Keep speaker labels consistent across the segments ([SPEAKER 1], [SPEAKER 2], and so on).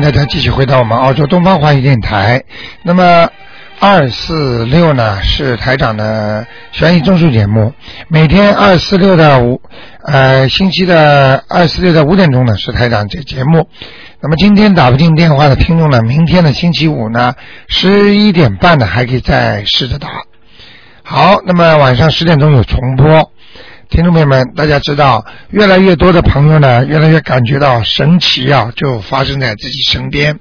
[SPEAKER 1] 大家继续回到我们澳洲东方华语电台。那么二四六呢是台长的悬疑综述节目，每天二四六的五呃星期的二四六的五点钟呢是台长这节目。那么今天打不进电话的听众呢，明天的星期五呢十一点半呢还可以再试着打。好，那么晚上十点钟有重播。听众朋友们，大家知道，越来越多的朋友呢，越来越感觉到神奇啊，就发生在自己身边。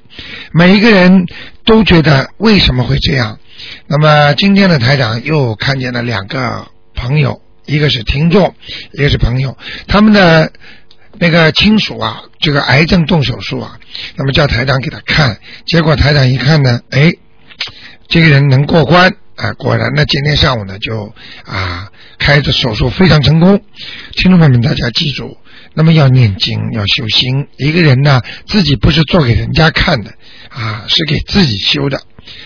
[SPEAKER 1] 每一个人都觉得为什么会这样？那么今天的台长又看见了两个朋友，一个是听众，一个是朋友，他们的那个亲属啊，这个癌症动手术啊，那么叫台长给他看，结果台长一看呢，哎，这个人能过关啊，果然呢，今天上午呢就啊开的手术非常成功。听众朋友们，大家记住，那么要念经，要修心。一个人呢，自己不是做给人家看的啊，是给自己修的。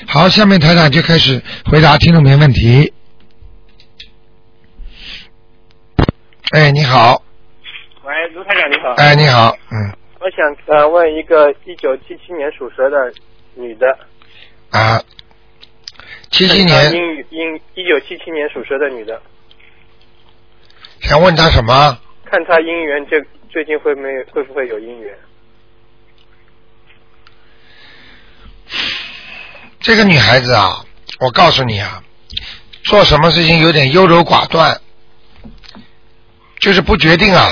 [SPEAKER 1] 好，下面台长就开始回答听众朋友问题。哎，你好，
[SPEAKER 2] 喂，卢台长你好。
[SPEAKER 1] 哎，你好，嗯，
[SPEAKER 2] 我想呃问一个一九七七年属蛇的女的，
[SPEAKER 1] 啊，七七
[SPEAKER 2] 呃
[SPEAKER 1] 年
[SPEAKER 2] 英语英一九七七年属蛇的女的，
[SPEAKER 1] 想问他什么？
[SPEAKER 2] 看她姻缘这最近会没有会不会有姻缘？
[SPEAKER 1] 这个女孩子啊，我告诉你啊，做什么事情有点优柔寡断，就是不决定啊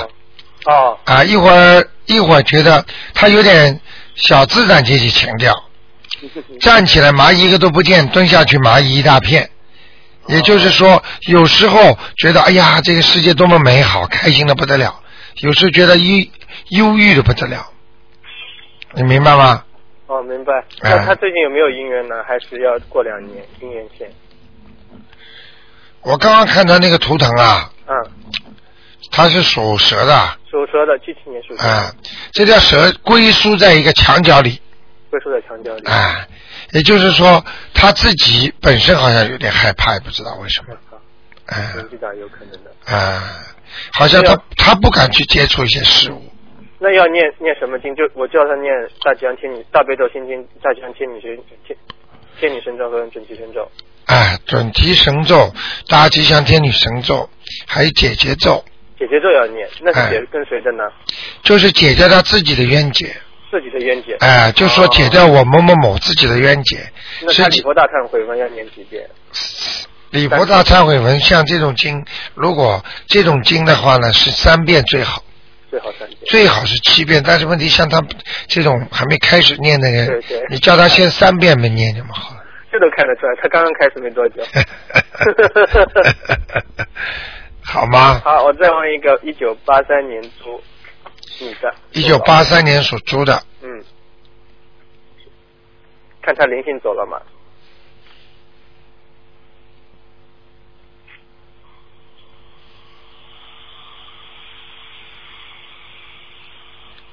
[SPEAKER 2] 哦
[SPEAKER 1] 啊！一会儿一会儿觉得她有点小资产阶级情调，站起来蚂蚁一个都不见，蹲下去蚂蚁一大片。也就是说，有时候觉得哎呀，这个世界多么美好，开心的不得了；有时候觉得忧忧郁的不得了，你明白吗？
[SPEAKER 2] 哦，明白。
[SPEAKER 1] 哎嗯
[SPEAKER 2] 那她最近有没有姻缘呢？还是要过两年姻缘线？
[SPEAKER 1] 我刚刚看到那个图腾啊，
[SPEAKER 2] 嗯，
[SPEAKER 1] 它是属蛇的，啊、
[SPEAKER 2] 属蛇的，七七年属蛇，
[SPEAKER 1] 哎这条蛇龟缩在一个墙角里，
[SPEAKER 2] 会说在墙角里。
[SPEAKER 1] 啊、也就是说它自己本身好像有点害怕，也不知道为什么
[SPEAKER 2] 嗯，好，
[SPEAKER 1] 啊、
[SPEAKER 2] 年纪大有可能的。
[SPEAKER 1] 啊、好像它
[SPEAKER 2] 对啊
[SPEAKER 1] 它不敢去接触一些事物，
[SPEAKER 2] 那要念念什么经？就我叫她念大吉祥天女大悲咒心经、大吉祥天女神天天女神咒和准提神咒。
[SPEAKER 1] 啊、准提神咒、大吉祥天女神咒，还有解结咒，
[SPEAKER 2] 姐姐咒要念，那是
[SPEAKER 1] 哎
[SPEAKER 2] 姐跟谁的呢？
[SPEAKER 1] 就是解掉他自己的冤结，
[SPEAKER 2] 自己的冤结。哦
[SPEAKER 1] 哎、就说解掉我某某某自己的冤结，
[SPEAKER 2] 那
[SPEAKER 1] 是
[SPEAKER 2] 他礼佛大忏悔文要念几遍？
[SPEAKER 1] 礼佛大忏悔文，像这种经，如果这种经的话呢，是三遍最好，
[SPEAKER 2] 最好三遍。
[SPEAKER 1] 最好是七遍。但是问题像他这种还没开始念的人
[SPEAKER 2] 对对，
[SPEAKER 1] 哎你叫他先三遍没念就么好了。
[SPEAKER 2] 这都看得出来，他刚刚开始 没多久。
[SPEAKER 1] 好吗？
[SPEAKER 2] 好，我再问一个，一九八三年猪，女的。
[SPEAKER 1] 一九八。三年属猪的，
[SPEAKER 2] 嗯。看他灵性走了吗？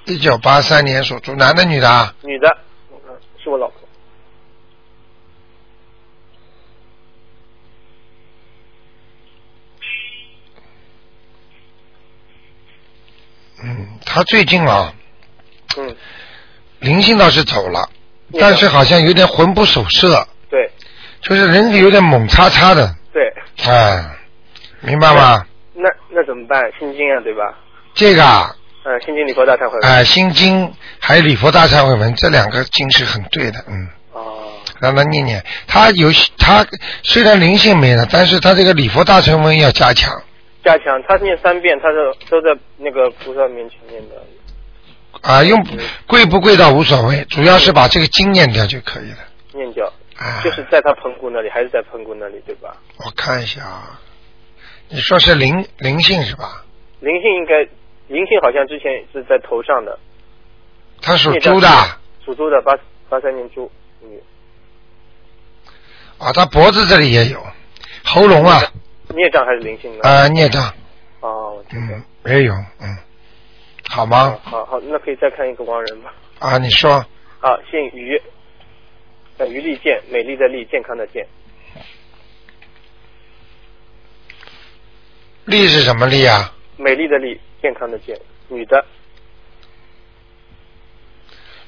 [SPEAKER 1] 一九八三年属猪，男的女的啊？
[SPEAKER 2] 女的，嗯是我老婆。
[SPEAKER 1] 嗯，他最近啊，
[SPEAKER 2] 嗯，
[SPEAKER 1] 灵性倒是走了，
[SPEAKER 2] 念了
[SPEAKER 1] 但是好像有点魂不守舍，
[SPEAKER 2] 对
[SPEAKER 1] 就是人有点猛叉叉的，
[SPEAKER 2] 对，
[SPEAKER 1] 哎，明白吗？
[SPEAKER 2] 那那怎么办？心经啊，对吧？
[SPEAKER 1] 这个啊，
[SPEAKER 2] 嗯，心经礼佛大忏悔文。
[SPEAKER 1] 哎、心经还有礼佛大忏悔文这两个经是很对的，嗯，
[SPEAKER 2] 哦，
[SPEAKER 1] 让他念念。他有他虽然灵性没了，但是他这个礼佛大忏悔文要加强，
[SPEAKER 2] 加强，他念三遍，他是都在那个菩萨面前念的。
[SPEAKER 1] 啊、用
[SPEAKER 2] 嗯
[SPEAKER 1] 跪不跪倒无所谓，主要是把这个经念掉就可以了。
[SPEAKER 2] 念脚，
[SPEAKER 1] 啊、
[SPEAKER 2] 就是在他盆骨那里，还是在盆骨那里，对吧？
[SPEAKER 1] 我看一下啊，你说是灵灵性是吧？
[SPEAKER 2] 灵性应该，灵性好像之前是在头上的，
[SPEAKER 1] 他属猪的啊，
[SPEAKER 2] 属猪的八八三年猪女，
[SPEAKER 1] 啊他脖子这里也有，喉咙啊，
[SPEAKER 2] 孽障还是灵性呢？
[SPEAKER 1] 啊，孽障，
[SPEAKER 2] 哦，我知道
[SPEAKER 1] 嗯，也有，嗯，好吗？
[SPEAKER 2] 好好，那可以再看一个亡人吧。
[SPEAKER 1] 啊，你说
[SPEAKER 2] 啊，姓于，呃，于丽健，美丽的丽，健康的健，
[SPEAKER 1] 力是什么力啊？
[SPEAKER 2] 美丽的丽，健康的健，女的，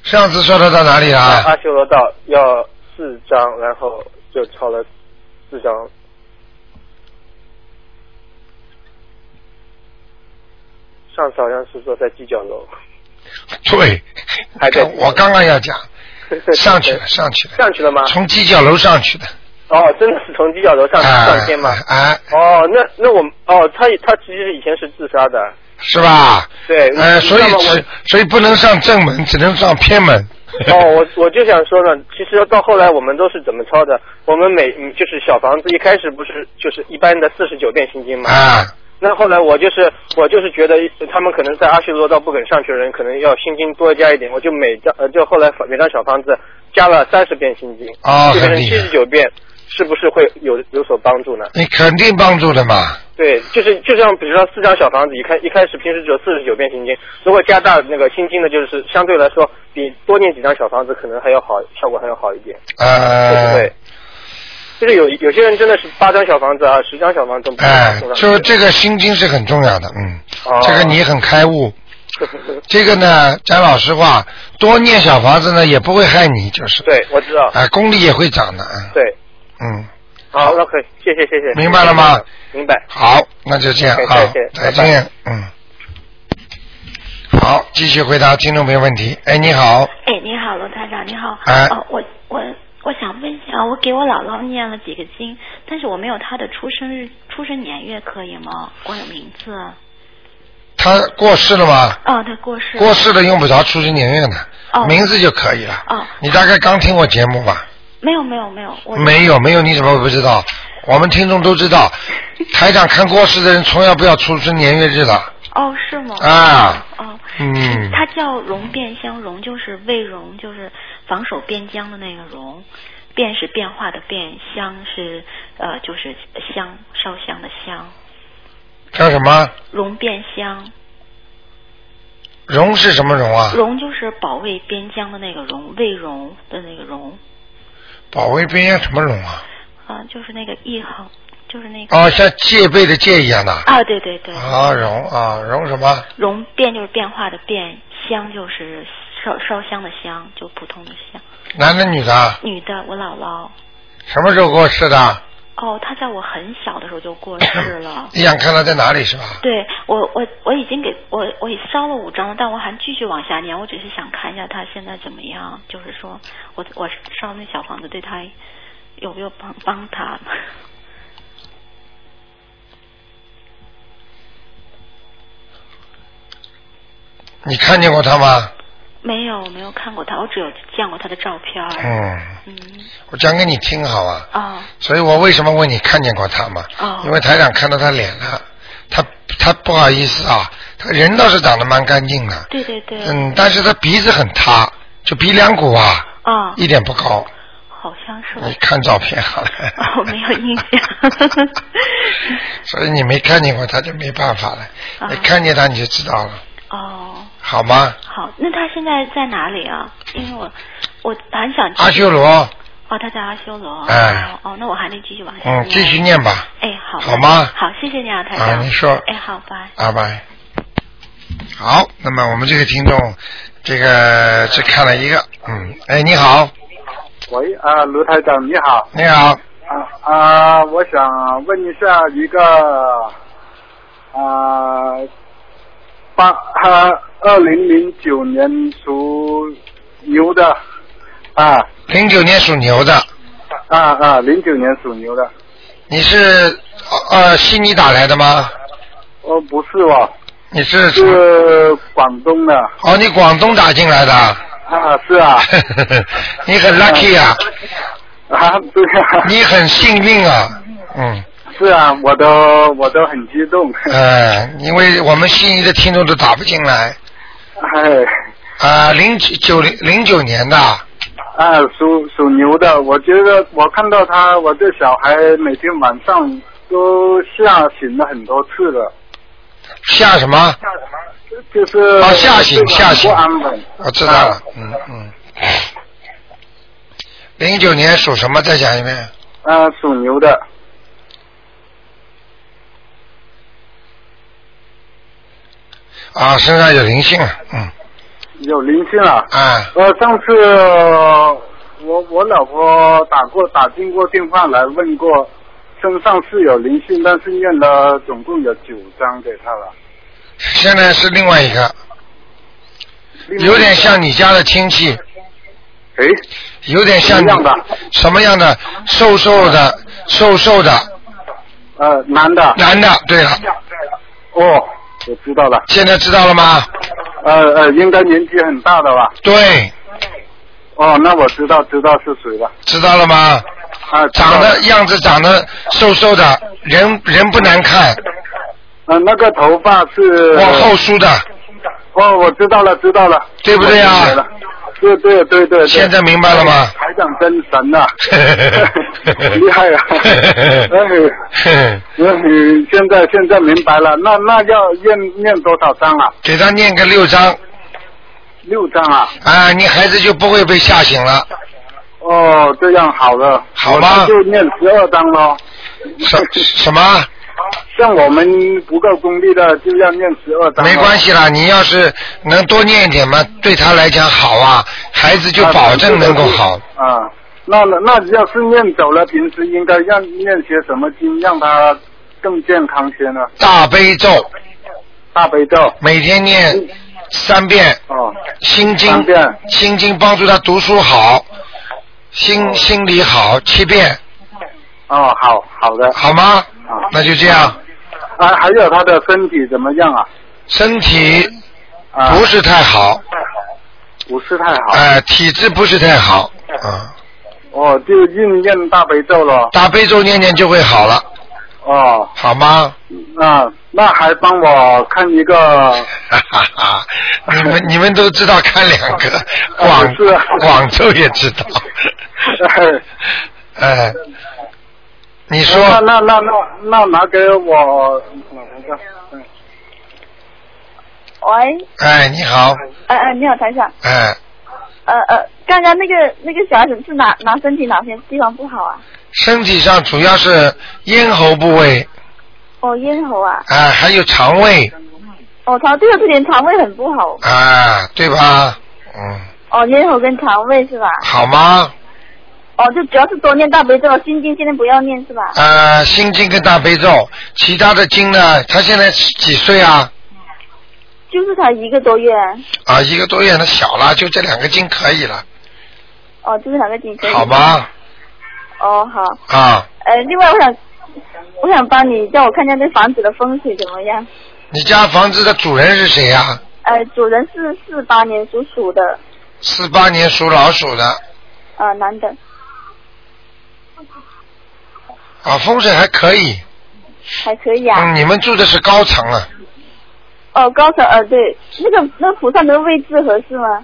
[SPEAKER 1] 上次说的到哪里
[SPEAKER 2] 啊
[SPEAKER 1] 了？
[SPEAKER 2] 阿修罗道要四张，然后就抄了四张。上次好像是说在犄角楼，
[SPEAKER 1] 对，
[SPEAKER 2] 还在啊
[SPEAKER 1] 我刚刚要讲，上去 了，上去了，
[SPEAKER 2] 上去了吗？
[SPEAKER 1] 从犄角楼上去的。
[SPEAKER 2] 哦，真的是从犄角楼上上天吗？
[SPEAKER 1] 哎，
[SPEAKER 2] 哦，那那我们哦，他他其实以前是自杀的，
[SPEAKER 1] 是吧？
[SPEAKER 2] 对。
[SPEAKER 1] 呃，所以
[SPEAKER 2] 那么我
[SPEAKER 1] 只所以不能上正门，只能上偏门。
[SPEAKER 2] 哦，我我就想说呢，其实到后来我们都是怎么抄的？我们每嗯就是小房子一开始不是就是一般的四十九遍心经嘛？
[SPEAKER 1] 啊，
[SPEAKER 2] 那后来我就是我就是觉得他们可能在阿修罗道不肯上去的人，可能要心经多加一点，我就每张呃就后来每张小房子加了三十遍心经，
[SPEAKER 1] 哦
[SPEAKER 2] 就变
[SPEAKER 1] 很
[SPEAKER 2] 成
[SPEAKER 1] 厉
[SPEAKER 2] 七
[SPEAKER 1] 害
[SPEAKER 2] 十，九遍，是不是会有有所帮助呢？
[SPEAKER 1] 你肯定帮助的嘛。
[SPEAKER 2] 对，就是就像比如说四张小房子，一开一开始平时只有四十九遍心经，如果加大那个心经呢，就是相对来说比多念几张小房子可能还要好，效果还要好一点，对
[SPEAKER 1] 呃，
[SPEAKER 2] 不对？就是有有些人真的是八张小房子啊，十张小房子都不能
[SPEAKER 1] 哎
[SPEAKER 2] 送上，去
[SPEAKER 1] 就这个心经是很重要的，嗯，
[SPEAKER 2] 哦
[SPEAKER 1] 这个你很开 悟。这个呢，讲老实话，多念小房子呢也不会害你，就是。
[SPEAKER 2] 对，我知道，
[SPEAKER 1] 啊，功力也会长的，嗯
[SPEAKER 2] 对，
[SPEAKER 1] 嗯，
[SPEAKER 2] 好，那可以，谢谢谢谢，
[SPEAKER 1] 明白了吗？
[SPEAKER 2] 明白。
[SPEAKER 1] 好，那就这样
[SPEAKER 2] 对
[SPEAKER 1] 啊，再
[SPEAKER 2] 再见
[SPEAKER 1] 见，嗯。好，继续回答听众朋友问题。哎，你好，
[SPEAKER 3] 哎，你好，罗台长，你好。
[SPEAKER 1] 哎
[SPEAKER 3] 哦，我我我想问一下，我给我姥姥念了几个经，但是我没有她的出生日、出生年月，可以吗？光有名字。
[SPEAKER 1] 他过世了吗？
[SPEAKER 3] 哦，她过世。
[SPEAKER 1] 过。世了用不着出生年月呢，
[SPEAKER 3] 哦
[SPEAKER 1] 名字就可以了。
[SPEAKER 3] 哦
[SPEAKER 1] 你大概刚听我节目吧？
[SPEAKER 3] 没有没有没有，我。
[SPEAKER 1] 没有没有，你怎么不知道？我们听众都知道，台长看过世的人从来不要出生年月日的
[SPEAKER 3] 哦，是吗？。
[SPEAKER 1] 啊。
[SPEAKER 3] 哦。
[SPEAKER 1] 嗯
[SPEAKER 3] 她叫容变香容，就是卫容，就是防守边疆的那个容。变是变化的变，香是呃就是香烧香的香，
[SPEAKER 1] 叫什么？
[SPEAKER 3] 容变香。
[SPEAKER 1] 荣是什么荣啊？
[SPEAKER 3] 荣就是保卫边疆的那个荣，卫荣的那个荣，
[SPEAKER 1] 保卫边疆什么荣啊？
[SPEAKER 3] 啊、就是那个一横，就是那个
[SPEAKER 1] 哦，像戒备的戒一样的。
[SPEAKER 3] 啊，对对对，
[SPEAKER 1] 啊，荣啊，荣什么？
[SPEAKER 3] 荣变就是变化的变，香就是烧烧香的香，就普通的香。
[SPEAKER 1] 男的女的啊？
[SPEAKER 3] 女的，我姥姥，
[SPEAKER 1] 什么时候过世的？。
[SPEAKER 3] 哦，她在我很小的时候就过世了
[SPEAKER 1] 你想看他在哪里是吧？
[SPEAKER 3] 对我，我我已经给我我已烧了五张了，但我还继续往下念，我只是想看一下她现在怎么样，就是说我我烧那小房子对她有没有帮帮她。
[SPEAKER 1] 你看见过他吗？
[SPEAKER 3] 没有，没有看过他，我只有见过他的照片儿。
[SPEAKER 1] 嗯，
[SPEAKER 3] 嗯，
[SPEAKER 1] 我讲给你听好啊。
[SPEAKER 3] 哦，
[SPEAKER 1] 所以我为什么问你看见过他嘛？
[SPEAKER 3] 哦
[SPEAKER 1] 因为台长看到他脸了，他他不好意思啊，他人倒是长得蛮干净的，
[SPEAKER 3] 对对对，
[SPEAKER 1] 嗯，但是他鼻子很塌，就鼻梁骨啊，
[SPEAKER 3] 啊、
[SPEAKER 1] 一点不高。
[SPEAKER 3] 好像是吧
[SPEAKER 1] 你看照片好 了。
[SPEAKER 3] 哦没有 印象
[SPEAKER 1] 所以你没看见过他就没办法了，
[SPEAKER 3] 啊
[SPEAKER 1] 你看见他你就知道了，
[SPEAKER 3] 哦，
[SPEAKER 1] 好吗？
[SPEAKER 3] 好，那他现在在哪里啊？因为我我很想
[SPEAKER 1] 阿修罗，
[SPEAKER 3] 哦，他在阿修罗。
[SPEAKER 1] 哎
[SPEAKER 3] 哦，那我还得继续往下
[SPEAKER 1] 嗯，继续。念吧。
[SPEAKER 3] 哎，好。
[SPEAKER 1] 好吗
[SPEAKER 3] 好，谢谢你啊，台长。
[SPEAKER 1] 啊，你说。
[SPEAKER 3] 哎，好，拜。
[SPEAKER 1] 拜拜。好，那么我们这个听众，这个只看了一个，嗯，哎，你好，
[SPEAKER 4] 喂啊，卢台长你好
[SPEAKER 1] 你好，
[SPEAKER 4] 啊啊，我想问一下一个啊八啊二零零九年属牛的啊
[SPEAKER 1] 零九年属牛的，
[SPEAKER 4] 啊啊零九年属牛的
[SPEAKER 1] 你是呃悉尼打来的吗？
[SPEAKER 4] 哦不是哦
[SPEAKER 1] 你是从
[SPEAKER 4] 是广东的
[SPEAKER 1] 哦，你广东打进来的，
[SPEAKER 4] 啊是啊
[SPEAKER 1] 你很 lucky 啊，
[SPEAKER 4] 啊对啊
[SPEAKER 1] 你很幸运啊，嗯，
[SPEAKER 4] 是啊我都我都很激动
[SPEAKER 1] 呃，因为我们悉尼的听众都打不进来
[SPEAKER 4] 哎
[SPEAKER 1] 啊，零九零零九年的，哎
[SPEAKER 4] 啊，属属牛的，我觉得我看到他，我这小孩每天晚上都吓醒了很多次了。
[SPEAKER 1] 下什么？
[SPEAKER 4] 吓什么？就是
[SPEAKER 1] 啊吓醒
[SPEAKER 4] 睡得
[SPEAKER 1] 吓
[SPEAKER 4] 很
[SPEAKER 1] 醒
[SPEAKER 4] 不安稳。
[SPEAKER 1] 我知道了，嗯嗯。零九年属什么？再讲一遍。
[SPEAKER 4] 啊，属牛的。
[SPEAKER 1] 啊，身上有灵性了，嗯，
[SPEAKER 4] 有灵性了。
[SPEAKER 1] 啊，
[SPEAKER 4] 呃，上次我我老婆打过打进过电话来问过，身上是有灵性，但是念了总共有九张给她了。
[SPEAKER 1] 现在是另外一个，有点像你家的亲戚，
[SPEAKER 4] 哎，
[SPEAKER 1] 有点像你
[SPEAKER 4] 什么样的
[SPEAKER 1] 什么样的？瘦瘦的，瘦瘦的，
[SPEAKER 4] 呃，男的。
[SPEAKER 1] 男的。对了，
[SPEAKER 4] 哦，我知道了。
[SPEAKER 1] 现在知道了吗？
[SPEAKER 4] 呃呃，应该年纪很大的吧？
[SPEAKER 1] 对，
[SPEAKER 4] 哦，那我知道知道是谁了。
[SPEAKER 1] 知道了吗？
[SPEAKER 4] 啊，知道
[SPEAKER 1] 长
[SPEAKER 4] 了
[SPEAKER 1] 得样子长得瘦瘦的，人人不难看，
[SPEAKER 4] 呃，那个头发是
[SPEAKER 1] 往后梳的，
[SPEAKER 4] 哦，我知道了，知道了，
[SPEAKER 1] 对不对啊
[SPEAKER 4] 我明白了？对对对对对。
[SPEAKER 1] 现在明白了吗
[SPEAKER 4] 台长真 神呐、 厉害啊！哎，嗯，现在现在明白了，那那要念念多少章啊？
[SPEAKER 1] 给他念个六章
[SPEAKER 4] 六章啊？
[SPEAKER 1] 啊，你孩子就不会被吓醒了。
[SPEAKER 4] 哦，这样好了，
[SPEAKER 1] 好
[SPEAKER 4] 我
[SPEAKER 1] 吧
[SPEAKER 4] 那就念十二章咯。
[SPEAKER 1] 什什么？
[SPEAKER 4] 像我们不够功力的，就要念十二章。
[SPEAKER 1] 没关。系啦，你要是能多念一点嘛，对他来讲好啊，孩子就保证能够好。
[SPEAKER 4] 啊。那那要是念走了，平时应该让念些什么经，让他更健康些呢？
[SPEAKER 1] 大悲咒
[SPEAKER 4] 大悲咒。
[SPEAKER 1] 每天念三遍，
[SPEAKER 4] 哦，
[SPEAKER 1] 心经
[SPEAKER 4] 三遍
[SPEAKER 1] 心经帮助他读书好，心心理好七遍，
[SPEAKER 4] 哦，好好的。
[SPEAKER 1] 好吗
[SPEAKER 4] 好？
[SPEAKER 1] 那就这样，
[SPEAKER 4] 啊，还有他的身体怎么样啊？
[SPEAKER 1] 身体
[SPEAKER 4] 啊，
[SPEAKER 1] 不是太好，
[SPEAKER 4] 不是太好。
[SPEAKER 1] 呃，体质不是太好，啊，
[SPEAKER 4] 哦，就应念大悲咒咯。
[SPEAKER 1] 大悲咒念念就会好了，
[SPEAKER 4] 哦，
[SPEAKER 1] 好吗？
[SPEAKER 4] 那那还帮我看一个，
[SPEAKER 1] 哈哈哈，你们你们都知道看两 个，广
[SPEAKER 4] 啊是啊
[SPEAKER 1] 广州也知道，哎， 你
[SPEAKER 4] 那
[SPEAKER 1] 说
[SPEAKER 4] 那那那那拿给我哪一个？嗯
[SPEAKER 5] 喂，
[SPEAKER 1] 哎你好，
[SPEAKER 5] 呃呃，你好，台长，
[SPEAKER 1] 哎
[SPEAKER 5] 呃呃，刚刚那个那个小孩子是哪哪身体哪些地方不好啊？
[SPEAKER 1] 身体上主要是咽喉部位，
[SPEAKER 5] 哦，咽喉啊，
[SPEAKER 1] 哎还有肠胃，
[SPEAKER 5] 哦，他这个这点肠胃很不好，
[SPEAKER 1] 啊对吧？嗯，
[SPEAKER 5] 哦，咽喉跟肠胃是吧？
[SPEAKER 1] 好吗？
[SPEAKER 5] 哦，就主要是多念大悲咒，心经现在不要念是吧？
[SPEAKER 1] 呃，心经跟大悲咒，其他的经呢？他现在几岁啊？
[SPEAKER 5] 就是才一个多月，
[SPEAKER 1] 啊，一个多月，那小了，就这两个经可以了，
[SPEAKER 5] 哦，就是两个颈椎。
[SPEAKER 1] 好？吗？
[SPEAKER 5] 哦，好，
[SPEAKER 1] 啊，
[SPEAKER 5] 呃，另外我想，我想帮你叫我看一下那房子的风水怎么样？
[SPEAKER 1] 你家房子的主人是谁呀、啊
[SPEAKER 5] 呃，主人是四八年属鼠的，
[SPEAKER 1] 四八年属老鼠的
[SPEAKER 5] 呃，男的，
[SPEAKER 1] 啊，风水还可以。
[SPEAKER 5] 还可以啊。
[SPEAKER 1] 嗯，你们住的是高层啊，
[SPEAKER 5] 哦，高层呃，对，那个那个菩萨的位置合适吗？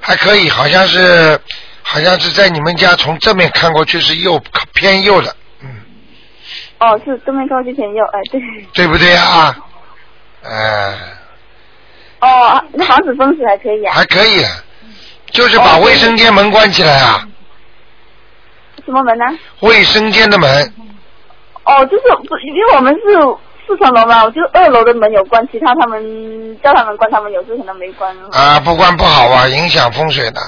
[SPEAKER 1] 还可以，好像是，好像是在你们家从正面看过去是右偏右的，
[SPEAKER 5] 哦，是东面靠近前右，哎、对。
[SPEAKER 1] 对不对啊？呃，
[SPEAKER 5] 哦，那房子风水还可以啊
[SPEAKER 1] 还。可以，就是把卫生间门关起来啊，
[SPEAKER 5] 什么门呢？
[SPEAKER 1] 卫生间的门
[SPEAKER 5] 哦，就是不，因为我们是四层楼嘛，我就二楼的门有关，其他他们叫他们关，他们有时候可能没关。
[SPEAKER 1] 啊，不关不好啊，影响风水的，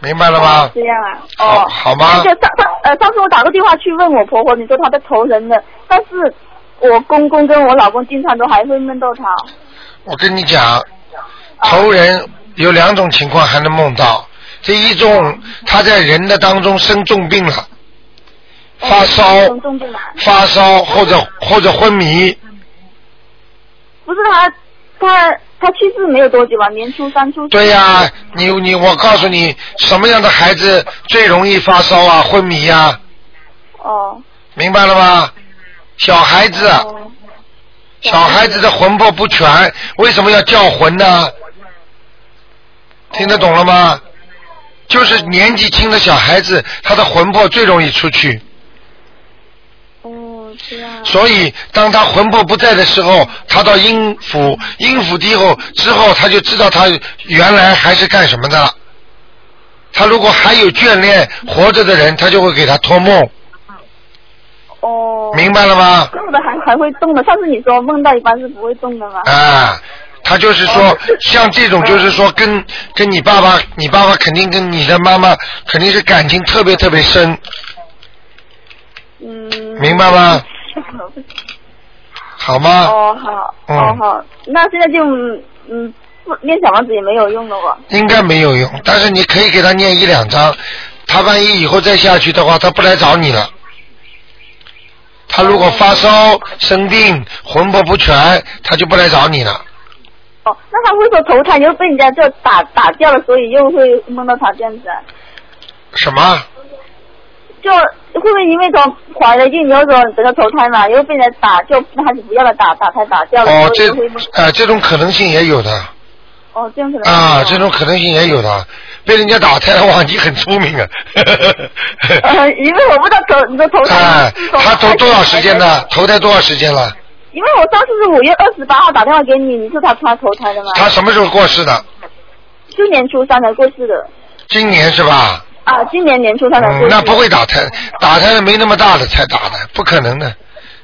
[SPEAKER 1] 明白了
[SPEAKER 5] 哦
[SPEAKER 1] 吗？
[SPEAKER 5] 这样啊。
[SPEAKER 1] 好
[SPEAKER 5] 哦。
[SPEAKER 1] 好吗
[SPEAKER 5] 就上上呃，上次我打个电话去问我婆婆，你说她在投人的，但是我公公跟我老公经常都还会梦到她。哦
[SPEAKER 1] 我跟你讲，投人有两种情况还能梦到，第一种他在人的当中生重病了，发烧、
[SPEAKER 5] 重重病嘛。
[SPEAKER 1] 发烧或者或者昏迷，
[SPEAKER 5] 不是他，他他去世没有多久吧？年初三初四。
[SPEAKER 1] 对呀、你你我告诉你，什么样的孩子最容易发烧啊、昏迷呀、
[SPEAKER 5] 哦。
[SPEAKER 1] 明白了吗？小孩子啊，
[SPEAKER 5] 哦
[SPEAKER 1] 小孩子的魂魄不全，为什么要叫魂呢？听得懂了吗？就是年纪轻的小孩子，他的魂魄最容易出去，
[SPEAKER 5] 哦，这样。
[SPEAKER 1] 所以当他魂魄不在的时候，他到阴府，阴府地后之后，他就知道他原来还是干什么的了。他如果还有眷恋活着的人，他就会给他托梦，
[SPEAKER 5] 哦。
[SPEAKER 1] 明白了吗？
[SPEAKER 5] 动的还还会动的，上次你说梦到一般是不会动的嘛？
[SPEAKER 1] 啊，他就是说，像这种就是说跟跟你爸爸，你爸爸肯定跟你的妈妈肯定是感情特别特别深，
[SPEAKER 5] 嗯，
[SPEAKER 1] 明白吗？好吗？
[SPEAKER 5] 哦好，
[SPEAKER 1] 嗯
[SPEAKER 5] 哦好，那现在就嗯不练小王子也没有用了哦。
[SPEAKER 1] 应该没有用，但是你可以给他念一两张，他万一以后再下去的话，他不来找你了。他如果发烧、生病、魂魄不全，他就不来找你了。
[SPEAKER 5] 哦，那他会不会投胎又被人家就打打掉了，所以又会梦到他这样子啊？
[SPEAKER 1] 什么？
[SPEAKER 5] 就会不会因为从怀了孕以后说整个投胎嘛，又被人家打，就那孩子不要了，打打胎打掉了，
[SPEAKER 1] 哦，
[SPEAKER 5] 所
[SPEAKER 1] 这
[SPEAKER 5] 以就会梦
[SPEAKER 1] 啊，这种可能性也有的
[SPEAKER 5] 哦这样可能
[SPEAKER 1] 啊，这种可能性也有的。被人家打胎的话，你很聪明啊。
[SPEAKER 5] 呃，因为我不知道投你的投胎
[SPEAKER 1] 哎
[SPEAKER 5] 是，从
[SPEAKER 1] 他投多少时间
[SPEAKER 5] 还是
[SPEAKER 1] 呢？投胎多少时间了？
[SPEAKER 5] 因为我上次是五月二十八号打电话给你，你说他他投胎的嘛，
[SPEAKER 1] 他什么时候过世的？
[SPEAKER 5] 就年初三才过世的
[SPEAKER 1] 今年是吧？
[SPEAKER 5] 啊，今年年初三才过世
[SPEAKER 1] 嗯，
[SPEAKER 5] 的、
[SPEAKER 1] 那不会打胎，打胎的没那么大的才打的，不可能的，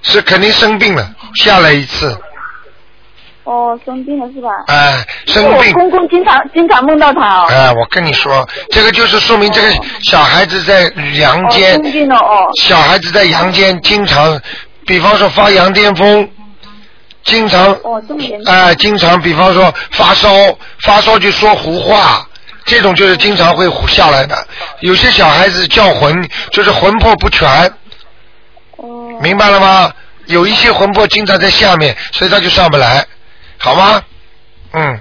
[SPEAKER 1] 是肯定生病了，下来一次，
[SPEAKER 5] 哦，生病了是吧？
[SPEAKER 1] 哎、生
[SPEAKER 5] 因为
[SPEAKER 1] 病
[SPEAKER 5] 我，公公经常经常梦到他哦，
[SPEAKER 1] 哎、我跟你说，这个就是说明这个小孩子在阳
[SPEAKER 5] 哦，
[SPEAKER 1] 间
[SPEAKER 5] 生，病了哦，
[SPEAKER 1] 小孩子在阳间经常，比方说发羊癫疯，经常，
[SPEAKER 5] 哦，这么严重。
[SPEAKER 1] 哎、经常比方说发烧，发烧就说胡话。这种就是经常会胡下来的，有些小孩子叫魂，就是魂魄不全，
[SPEAKER 5] 哦，
[SPEAKER 1] 明白了吗？有一些魂魄经常在下面，所以他就上不来，好吗？嗯，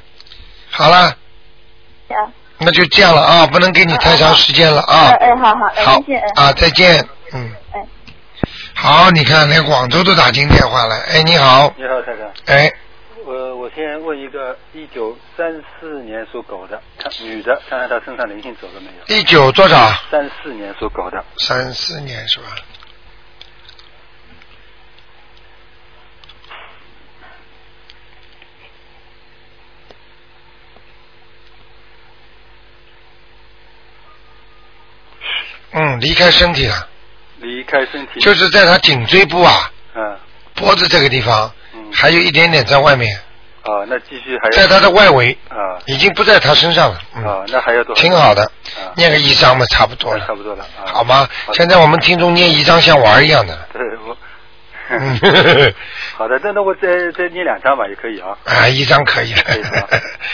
[SPEAKER 1] 好了，
[SPEAKER 5] 啊
[SPEAKER 1] 那就这样了啊，不能给你太长时间了啊
[SPEAKER 5] 哎。哎，好好，哎，
[SPEAKER 1] 好
[SPEAKER 5] 谢谢，哎，
[SPEAKER 1] 啊，再见，嗯
[SPEAKER 5] 哎。
[SPEAKER 1] 好，你看连广州都打进电话来，哎，你好，
[SPEAKER 6] 你好，台长，
[SPEAKER 1] 哎，
[SPEAKER 6] 我我先问一个一九三四年属狗的，看女的，看看她身上灵性走了没有？
[SPEAKER 1] 一九多少？
[SPEAKER 6] 三四年属狗的，
[SPEAKER 1] 三四年是吧？嗯，离开身体了，
[SPEAKER 6] 离开身体
[SPEAKER 1] 就是在他颈椎部啊、
[SPEAKER 6] 嗯
[SPEAKER 1] 脖子这个地方，
[SPEAKER 6] 嗯
[SPEAKER 1] 还有一点点在外面，
[SPEAKER 6] 啊，那继续还
[SPEAKER 1] 在
[SPEAKER 6] 要
[SPEAKER 1] 他的外围，
[SPEAKER 6] 啊
[SPEAKER 1] 已经不在他身上了。嗯，
[SPEAKER 6] 啊，那还要多少？
[SPEAKER 1] 挺好的，
[SPEAKER 6] 啊，
[SPEAKER 1] 念个一章嘛，差不多
[SPEAKER 6] 差
[SPEAKER 1] 了，
[SPEAKER 6] 不多了啊。
[SPEAKER 1] 好吗？
[SPEAKER 6] 好的
[SPEAKER 1] 现在我们听众念一章像玩儿一样的。
[SPEAKER 6] 对 我，
[SPEAKER 1] 嗯
[SPEAKER 6] 好的，那那我再再念两张吧，也可以 啊。
[SPEAKER 1] 啊，一张可以了
[SPEAKER 6] 可以是吧。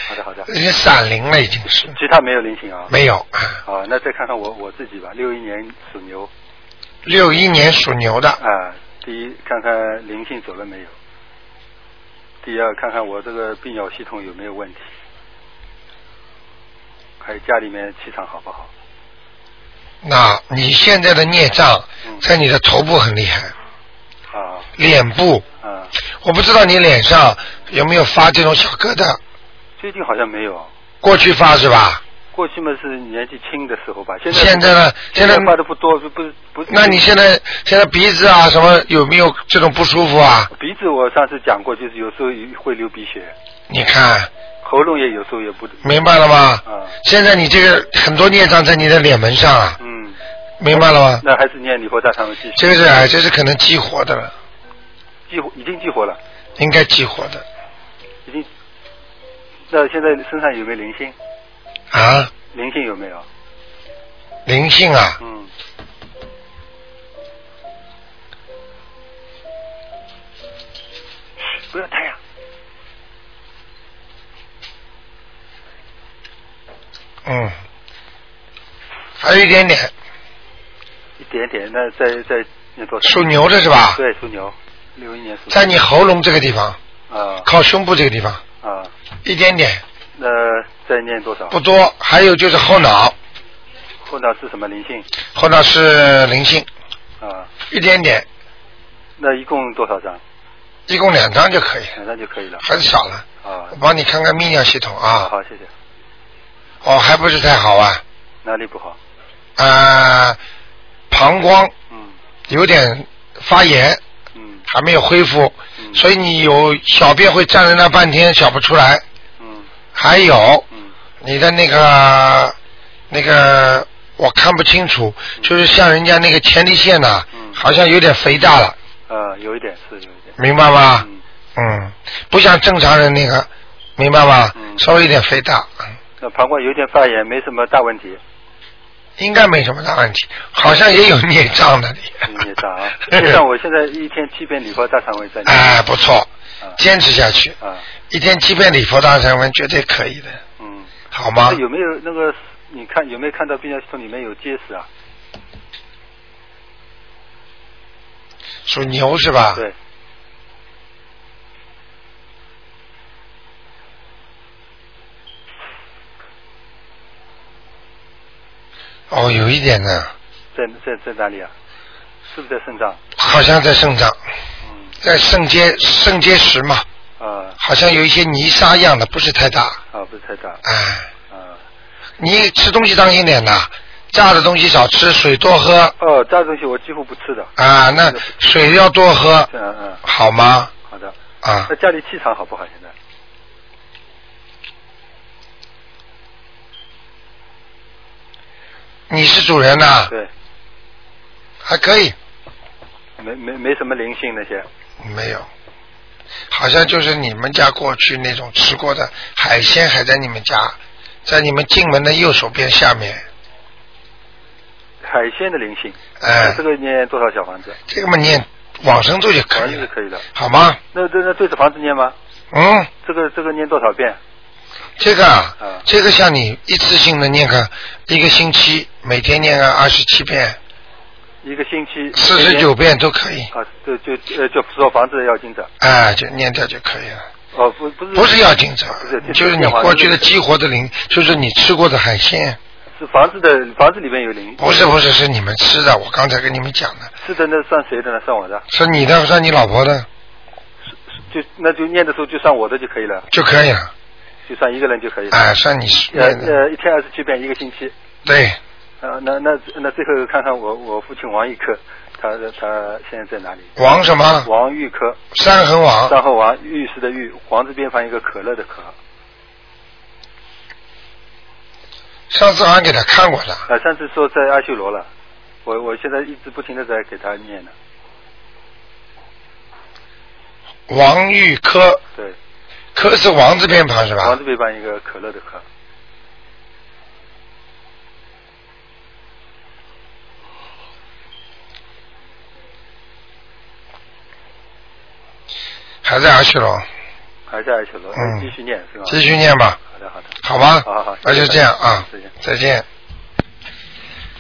[SPEAKER 6] 好的好嗯的
[SPEAKER 1] 人家闪灵了已经是，
[SPEAKER 6] 其他没有灵性啊。
[SPEAKER 1] 没有啊。
[SPEAKER 6] 啊，那再看看我我自己吧，六一年属牛
[SPEAKER 1] 六一年属牛的，
[SPEAKER 6] 啊，第一看看灵性走了没有，第二看看我这个泌尿系统有没有问题，还有家里面气场好不好？
[SPEAKER 1] 那你现在的孽障
[SPEAKER 6] 嗯
[SPEAKER 1] 在你的头部很厉害，
[SPEAKER 6] 啊
[SPEAKER 1] 脸部，
[SPEAKER 6] 啊，
[SPEAKER 1] 我不知道你脸上有没有发这种小疙瘩，
[SPEAKER 6] 最近好像没有，
[SPEAKER 1] 过去发是吧？
[SPEAKER 6] 过去嘛是年纪轻的时候吧，现在
[SPEAKER 1] 现在呢？现
[SPEAKER 6] 现
[SPEAKER 1] 在
[SPEAKER 6] 在，发的不多，不不是不是。
[SPEAKER 1] 那你现在现在鼻子啊什么有没有这种不舒服啊？
[SPEAKER 6] 鼻子我上次讲过，就是有时候会流鼻血，
[SPEAKER 1] 你看，
[SPEAKER 6] 喉咙也有时候也不
[SPEAKER 1] 明白了吗？
[SPEAKER 6] 啊，
[SPEAKER 1] 现在你这个很多孽障在你的脸门上啊，
[SPEAKER 6] 嗯，
[SPEAKER 1] 明白了吗？
[SPEAKER 6] 那还是念李佛大他们继续。
[SPEAKER 1] 这个是啊，这是可能激活的了，
[SPEAKER 6] 激活已经激活了，
[SPEAKER 1] 应该激活的
[SPEAKER 6] 已经。那现在身上有没有灵性？
[SPEAKER 1] 啊，
[SPEAKER 6] 灵性有没有？
[SPEAKER 1] 灵性啊，
[SPEAKER 6] 嗯，不要太阳。
[SPEAKER 1] 嗯，还有一点点，
[SPEAKER 6] 一点点，那再再念多少？
[SPEAKER 1] 属牛的是吧？
[SPEAKER 6] 对，属牛，六一年属牛。
[SPEAKER 1] 在你喉咙这个地方，
[SPEAKER 6] 啊
[SPEAKER 1] 靠胸部这个地方，
[SPEAKER 6] 啊，
[SPEAKER 1] 一点点，
[SPEAKER 6] 那再念多少？
[SPEAKER 1] 不多。还有就是后脑，
[SPEAKER 6] 后脑是什么灵性？
[SPEAKER 1] 后脑是灵性，
[SPEAKER 6] 啊，
[SPEAKER 1] 一点点，
[SPEAKER 6] 那一共多少张？
[SPEAKER 1] 一共两张就可以，
[SPEAKER 6] 两张就可以了。
[SPEAKER 1] 很少了。
[SPEAKER 6] 啊
[SPEAKER 1] 我，帮你看看泌尿系统啊，
[SPEAKER 6] 好，谢谢。
[SPEAKER 1] 哦，还不是太好啊，
[SPEAKER 6] 哪里不好？
[SPEAKER 1] 呃，膀胱
[SPEAKER 6] 嗯
[SPEAKER 1] 有点发炎，
[SPEAKER 6] 嗯
[SPEAKER 1] 还没有恢复，
[SPEAKER 6] 嗯
[SPEAKER 1] 所以你有小便会站在那半天小不出来，
[SPEAKER 6] 嗯
[SPEAKER 1] 还有
[SPEAKER 6] 嗯
[SPEAKER 1] 你的那个那个我看不清楚，就是像人家那个前列腺呐、
[SPEAKER 6] 嗯
[SPEAKER 1] 好像有点肥大了，
[SPEAKER 6] 啊，有一点是有一点。
[SPEAKER 1] 明白吗？
[SPEAKER 6] 嗯
[SPEAKER 1] 嗯，不像正常人那个明白吧？
[SPEAKER 6] 嗯
[SPEAKER 1] 稍微有点肥大，
[SPEAKER 6] 那膀胱有点发炎，没什么大问题。
[SPEAKER 1] 应该没什么大问题，好像也有孽障的。
[SPEAKER 6] 孽 障啊！孽障，我现在一天七遍礼佛大肠胃在念。
[SPEAKER 1] 哎，不错，坚持下去，
[SPEAKER 6] 啊，
[SPEAKER 1] 一天七遍礼佛大忏文绝对可以的，
[SPEAKER 6] 嗯。
[SPEAKER 1] 好吗
[SPEAKER 6] 那？有没有那个？你看有没有看到泌尿系统里面有结石啊？
[SPEAKER 1] 属牛是吧？
[SPEAKER 6] 对。
[SPEAKER 1] 哦，有一点呢，
[SPEAKER 6] 在在在哪里啊？是不是在肾脏？
[SPEAKER 1] 好像在肾脏，
[SPEAKER 6] 嗯
[SPEAKER 1] 在肾结肾结石嘛，
[SPEAKER 6] 啊
[SPEAKER 1] 好像有一些泥沙一样的，不是太大。
[SPEAKER 6] 啊，不是太大。
[SPEAKER 1] 哎，
[SPEAKER 6] 啊。
[SPEAKER 1] 你吃东西当心点呐，炸的东西少吃，水多喝
[SPEAKER 6] 哦，这东西我几乎不吃的。
[SPEAKER 1] 啊。那水要多喝，
[SPEAKER 6] 嗯嗯。
[SPEAKER 1] 好吗？
[SPEAKER 6] 好的。
[SPEAKER 1] 啊
[SPEAKER 6] 那家里气场好不好？现在？
[SPEAKER 1] 你是主人呐、
[SPEAKER 6] 对，
[SPEAKER 1] 还可以，
[SPEAKER 6] 没没没什么灵性那些。
[SPEAKER 1] 没有，好像就是你们家过去那种吃过的海鲜还在你们家，在你们进门的右手边下面。
[SPEAKER 6] 海鲜的灵性。
[SPEAKER 1] 哎
[SPEAKER 6] 那这个念多少小房子？
[SPEAKER 1] 这个嘛念往生咒就可以
[SPEAKER 6] 房子
[SPEAKER 1] 了，
[SPEAKER 6] 是可以的。
[SPEAKER 1] 好吗？
[SPEAKER 6] 那这那对着房子念吗？
[SPEAKER 1] 嗯，
[SPEAKER 6] 这个这个念多少遍？
[SPEAKER 1] 这个啊，这个像你一次性的念个一个星期，每天念个二十七遍，
[SPEAKER 6] 一个星期
[SPEAKER 1] 49遍都可以
[SPEAKER 6] 啊，对，就呃，就说房子的要经者，
[SPEAKER 1] 哎，就念掉就可以了。
[SPEAKER 6] 哦，不不是
[SPEAKER 1] 不是要经者
[SPEAKER 6] 不是，
[SPEAKER 1] 就是你过去的激活的灵，就是你吃过的海鲜。
[SPEAKER 6] 是房子的房子里面有灵，
[SPEAKER 1] 不是不是，是你们吃的，我刚才跟你们讲的，
[SPEAKER 6] 是的，那算谁的呢？算我的，
[SPEAKER 1] 是你的，算你老婆的
[SPEAKER 6] 就那就念的时候就算我的就可以了，
[SPEAKER 1] 就可以了，
[SPEAKER 6] 就算一个人就可以了。
[SPEAKER 1] 哎，算你
[SPEAKER 6] 呃
[SPEAKER 1] 念的，
[SPEAKER 6] 呃，一天二十七遍，一个星期。
[SPEAKER 1] 对，
[SPEAKER 6] 呃，那那那最后看看我我父亲王一科，他他现在在哪里？
[SPEAKER 1] 王什么
[SPEAKER 6] 王玉科。
[SPEAKER 1] 山河王
[SPEAKER 6] 山河王，玉石的玉，黄字边旁一个可乐的可。
[SPEAKER 1] 上次好像给他看过了，
[SPEAKER 6] 呃，上次说在阿修罗了，我我现在一直不停的在给他念呢。
[SPEAKER 1] 王玉科，
[SPEAKER 6] 对，
[SPEAKER 1] 科是王字边旁是吧？
[SPEAKER 6] 黄字边旁一个可乐的可。
[SPEAKER 1] 还在阿修罗，
[SPEAKER 6] 还是阿修罗，
[SPEAKER 1] 嗯
[SPEAKER 6] 继续念是吧？
[SPEAKER 1] 继续念吧
[SPEAKER 6] 好的好的。
[SPEAKER 1] 好吧
[SPEAKER 6] 好好好，
[SPEAKER 1] 那就这样啊
[SPEAKER 6] 谢谢，
[SPEAKER 1] 再见。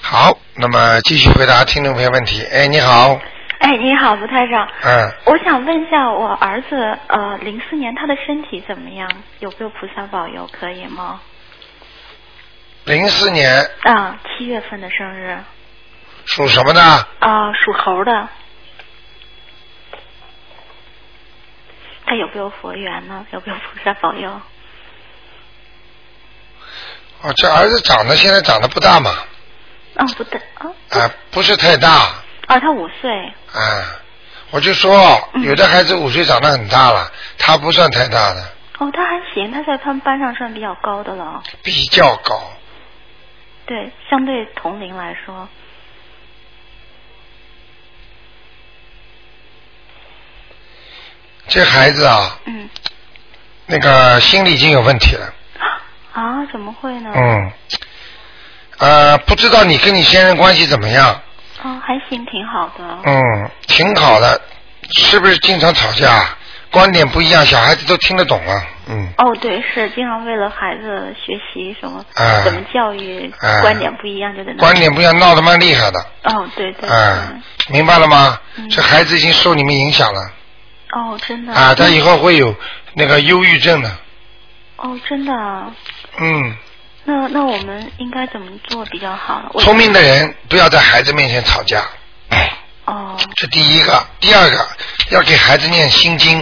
[SPEAKER 1] 好，那么继续回答听众朋友问题。哎，你好，
[SPEAKER 3] 哎，你好，卢台长，
[SPEAKER 1] 嗯，
[SPEAKER 3] 我想问一下我儿子，呃，零四年他的身体怎么样？有没有菩萨保佑？可以吗？
[SPEAKER 1] 零四年
[SPEAKER 3] 啊，七月份的生日，
[SPEAKER 1] 属什么呢？
[SPEAKER 3] 啊，属猴的，他有没有佛缘呢？有没有菩萨保佑？
[SPEAKER 1] 哦，这儿子长得现在长得不大嘛，
[SPEAKER 3] 嗯，不对，啊
[SPEAKER 1] 啊，不是太大，
[SPEAKER 3] 啊，他五岁，
[SPEAKER 1] 啊，我就说有的孩子五岁长得很大了，他不算太大的，
[SPEAKER 3] 哦，他还行，他在他们班上算比较高的了，
[SPEAKER 1] 比较高。
[SPEAKER 3] 对，相对同龄来说，
[SPEAKER 1] 这孩子啊，
[SPEAKER 3] 嗯，
[SPEAKER 1] 那个心理已经有问题了，
[SPEAKER 3] 啊，怎么会呢？
[SPEAKER 1] 嗯，呃，不知道你跟你先生关系怎么样？
[SPEAKER 3] 啊，还行，挺好的，
[SPEAKER 1] 嗯，挺好的，是不是经常吵架？观点不一样，小孩子都听得懂啊，嗯，
[SPEAKER 3] 哦，对，是经常为了孩子学习什么，
[SPEAKER 1] 啊
[SPEAKER 3] 怎么教育，
[SPEAKER 1] 啊
[SPEAKER 3] 观点不一样就得闹
[SPEAKER 1] 观点不一样，闹得蛮厉害的，
[SPEAKER 3] 哦，对对，嗯
[SPEAKER 1] 啊，明白了吗？这孩子已经受你们影响了
[SPEAKER 3] 哦，真的
[SPEAKER 1] 啊，他以后会有那个忧郁症的，
[SPEAKER 3] 哦，真的啊，
[SPEAKER 1] 嗯。
[SPEAKER 3] 那那我们应该怎么做比较好呢？我
[SPEAKER 1] 聪明的人不要在孩子面前吵架，
[SPEAKER 3] 哦，
[SPEAKER 1] 这第一个。第二个，要给孩子念心经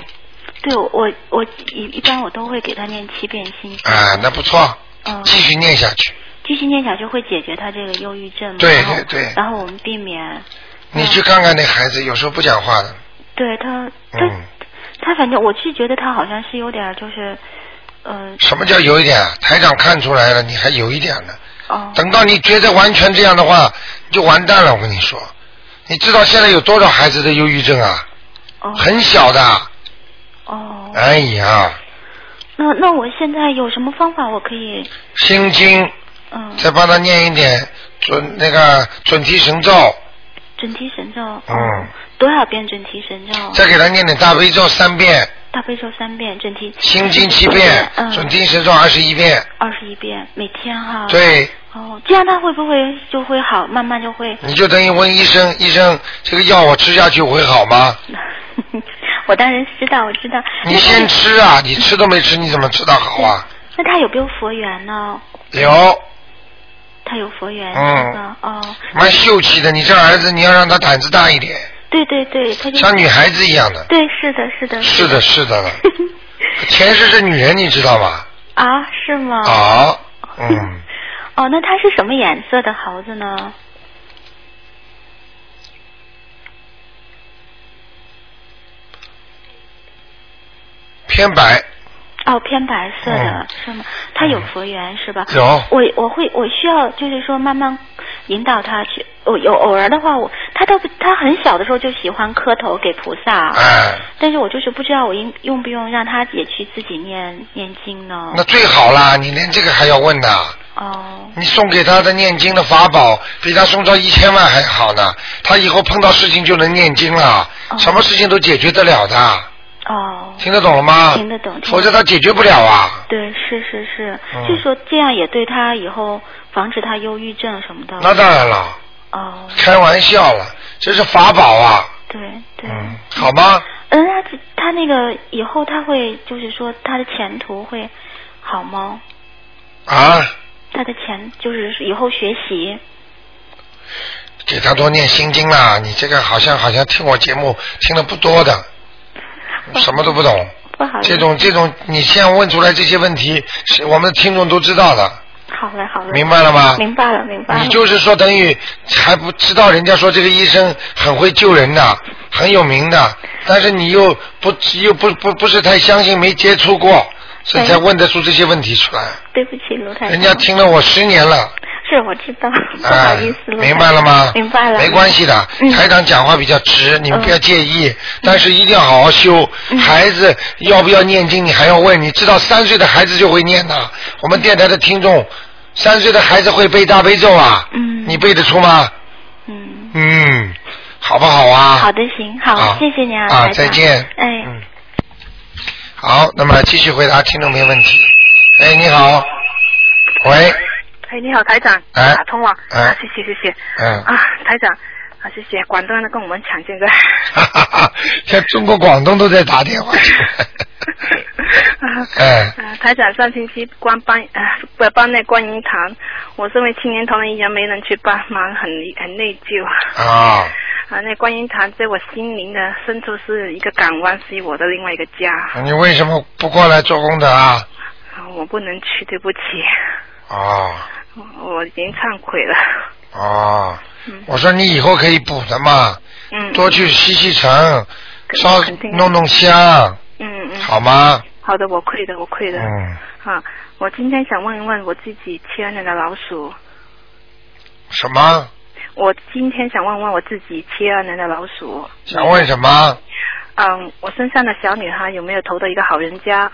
[SPEAKER 3] 对我我我一一般我都会给他念七遍心经，
[SPEAKER 1] 啊，那不错，
[SPEAKER 3] 嗯，
[SPEAKER 1] 继续念下去。
[SPEAKER 3] 继续念下去会解决他这个忧郁症嘛？
[SPEAKER 1] 对
[SPEAKER 3] 然后
[SPEAKER 1] 对对
[SPEAKER 3] 然后我们避免，
[SPEAKER 1] 你去看看那孩子，有时候不讲话的，
[SPEAKER 3] 嗯对他
[SPEAKER 1] 嗯，
[SPEAKER 3] 他反正我是觉得他好像是有点儿就是，嗯、
[SPEAKER 1] 什么叫有一点啊？台长看出来了，你还有一点呢。
[SPEAKER 3] 哦
[SPEAKER 1] 等到你觉得完全这样的话，你就完蛋了。我跟你说，你知道现在有多少孩子的忧郁症啊？
[SPEAKER 3] 哦
[SPEAKER 1] 很小的。
[SPEAKER 3] 哦。
[SPEAKER 1] 哎呀，
[SPEAKER 3] 那那我现在有什么方法我可以？
[SPEAKER 1] 心经，
[SPEAKER 3] 嗯，
[SPEAKER 1] 再帮他念一点准那个准提神咒，
[SPEAKER 3] 准提神咒。
[SPEAKER 1] 嗯，
[SPEAKER 3] 多少遍准提神咒？
[SPEAKER 1] 再给他念点大悲咒三遍，
[SPEAKER 3] 大悲咒三遍，准提
[SPEAKER 1] 心经七遍，
[SPEAKER 3] 嗯，
[SPEAKER 1] 准提神咒二十一遍，
[SPEAKER 3] 二十一遍，每天哈。。
[SPEAKER 1] 对，
[SPEAKER 3] 哦，这样他会不会就会好？慢慢就会。
[SPEAKER 1] 你就等于问医生，医生这个药我吃下去我会好吗？
[SPEAKER 3] 嗯我当然知道，我知道。
[SPEAKER 1] 你先吃啊，你吃都没吃，你怎么知道好啊？
[SPEAKER 3] 那他有没有佛缘呢？
[SPEAKER 1] 有，
[SPEAKER 3] 他有佛缘
[SPEAKER 1] 嗯
[SPEAKER 3] 是吧？哦，
[SPEAKER 1] 蛮秀气的，你这儿子你要让他胆子大一点，
[SPEAKER 3] 对对对，他就
[SPEAKER 1] 像女孩子一样的。
[SPEAKER 3] 对，是的，是的。
[SPEAKER 1] 是的，是 的了，前世是女人，你知道吗？
[SPEAKER 3] 啊，是吗？
[SPEAKER 1] 好，嗯，
[SPEAKER 3] 哦，那它是什么颜色的猴子呢？
[SPEAKER 1] 偏白，
[SPEAKER 3] 哦，偏白色的、
[SPEAKER 1] 嗯
[SPEAKER 3] 是吗？它有佛缘、是吧？
[SPEAKER 1] 有
[SPEAKER 3] 我我会我需要就是说慢慢引导他去，我有偶尔的话，我他倒不他很小的时候就喜欢磕头给菩萨，
[SPEAKER 1] 哎，
[SPEAKER 3] 但是我就是不知道我应用不用让他也去自己念念经呢？
[SPEAKER 1] 那最好啦，你连这个还要问呐？
[SPEAKER 3] 哦，
[SPEAKER 1] 你送给他的念经的法宝，比他送到一千万还好呢。他以后碰到事情就能念经了，什么事情都解决得了的。
[SPEAKER 3] 哦，
[SPEAKER 1] 听得懂了吗？
[SPEAKER 3] 听得懂听得懂
[SPEAKER 1] 啊否则他解决不了啊。
[SPEAKER 3] 对，是是是，
[SPEAKER 1] 嗯
[SPEAKER 3] 就说这样也对他以后防止他忧郁症什么的。
[SPEAKER 1] 那当然了，
[SPEAKER 3] 哦，
[SPEAKER 1] 开玩笑了，这是法宝啊，
[SPEAKER 3] 对对。
[SPEAKER 1] 嗯，好吗？
[SPEAKER 3] 嗯，他只他那个以后他会就是说他的前途会好吗？
[SPEAKER 1] 啊，
[SPEAKER 3] 他的前就是以后学习
[SPEAKER 1] 给他多念心经啦。你这个好像好像听我节目听的不多的，什么都不懂。
[SPEAKER 3] 不好。
[SPEAKER 1] 这种这种，你现在问出来这些问题，是我们的听众都知道的。
[SPEAKER 3] 好了好了。
[SPEAKER 1] 明白了吗
[SPEAKER 3] 明白了明白了。
[SPEAKER 1] 你就是说，等于还不知道人家说这个医生很会救人的，很有名的，但是你又不又不不不是太相信，没接触过，所以才
[SPEAKER 3] 对
[SPEAKER 1] 问得出这些问题出来。
[SPEAKER 3] 对不起卢台长。
[SPEAKER 1] 人家听了我十年了，
[SPEAKER 3] 是我知道，不好
[SPEAKER 1] 哎
[SPEAKER 3] 意思，卢台长
[SPEAKER 1] 明白了吗？
[SPEAKER 3] 明白了。
[SPEAKER 1] 没关系的，
[SPEAKER 3] 嗯
[SPEAKER 1] 台长讲话比较直，你们
[SPEAKER 3] 嗯
[SPEAKER 1] 不要介意，但是一定要好好修。孩子要不要念经，你还要问，你知道三岁的孩子就会念呐、我们电台的听众，三岁的孩子会背大悲咒啊，
[SPEAKER 3] 嗯
[SPEAKER 1] 你背得出吗？
[SPEAKER 3] 嗯，
[SPEAKER 1] 嗯，好不好啊？
[SPEAKER 3] 好的行
[SPEAKER 1] 好
[SPEAKER 3] 好，谢谢你啊，
[SPEAKER 1] 啊
[SPEAKER 3] 台长
[SPEAKER 1] 再见
[SPEAKER 3] 哎，
[SPEAKER 1] 嗯，好，那么继续回答听众没问题。哎，你好，喂，
[SPEAKER 7] 哎，你好，台长，
[SPEAKER 1] 哎
[SPEAKER 7] 打通了，
[SPEAKER 1] 哎
[SPEAKER 7] 啊，谢谢谢谢，
[SPEAKER 1] 嗯，
[SPEAKER 7] 啊，台长，啊，谢谢，广东人跟我们抢现在，
[SPEAKER 1] 哈哈哈， 在中国广东都在打电 话进来哎，
[SPEAKER 7] 啊，台长上星期关办啊，不办那观音堂，我身为青年同仁一样没人去帮忙，很很内疚。
[SPEAKER 1] 啊，
[SPEAKER 7] 啊，那观音堂在我心灵的深处是一个港湾，是我的另外一个家，
[SPEAKER 1] 你为什么不过来做功德啊？
[SPEAKER 7] 啊我不能去，对不起，
[SPEAKER 1] 哦，
[SPEAKER 7] 我我已经忏悔了。
[SPEAKER 1] 哦
[SPEAKER 7] 嗯，
[SPEAKER 1] 我说你以后可以补的嘛，
[SPEAKER 7] 嗯，
[SPEAKER 1] 多去西西城，烧
[SPEAKER 7] 肯定啊
[SPEAKER 1] 弄弄香，
[SPEAKER 7] 嗯嗯，
[SPEAKER 1] 好吗？
[SPEAKER 7] 好的，我愧的，我愧的。
[SPEAKER 1] 嗯，
[SPEAKER 7] 啊，我今天想问一问我自己亲爱的老鼠，
[SPEAKER 1] 什么？
[SPEAKER 7] 我今天想问问我自己七二年的老鼠，
[SPEAKER 1] 想问什么？
[SPEAKER 7] 嗯，我身上的小女孩有没有投到一个好人家？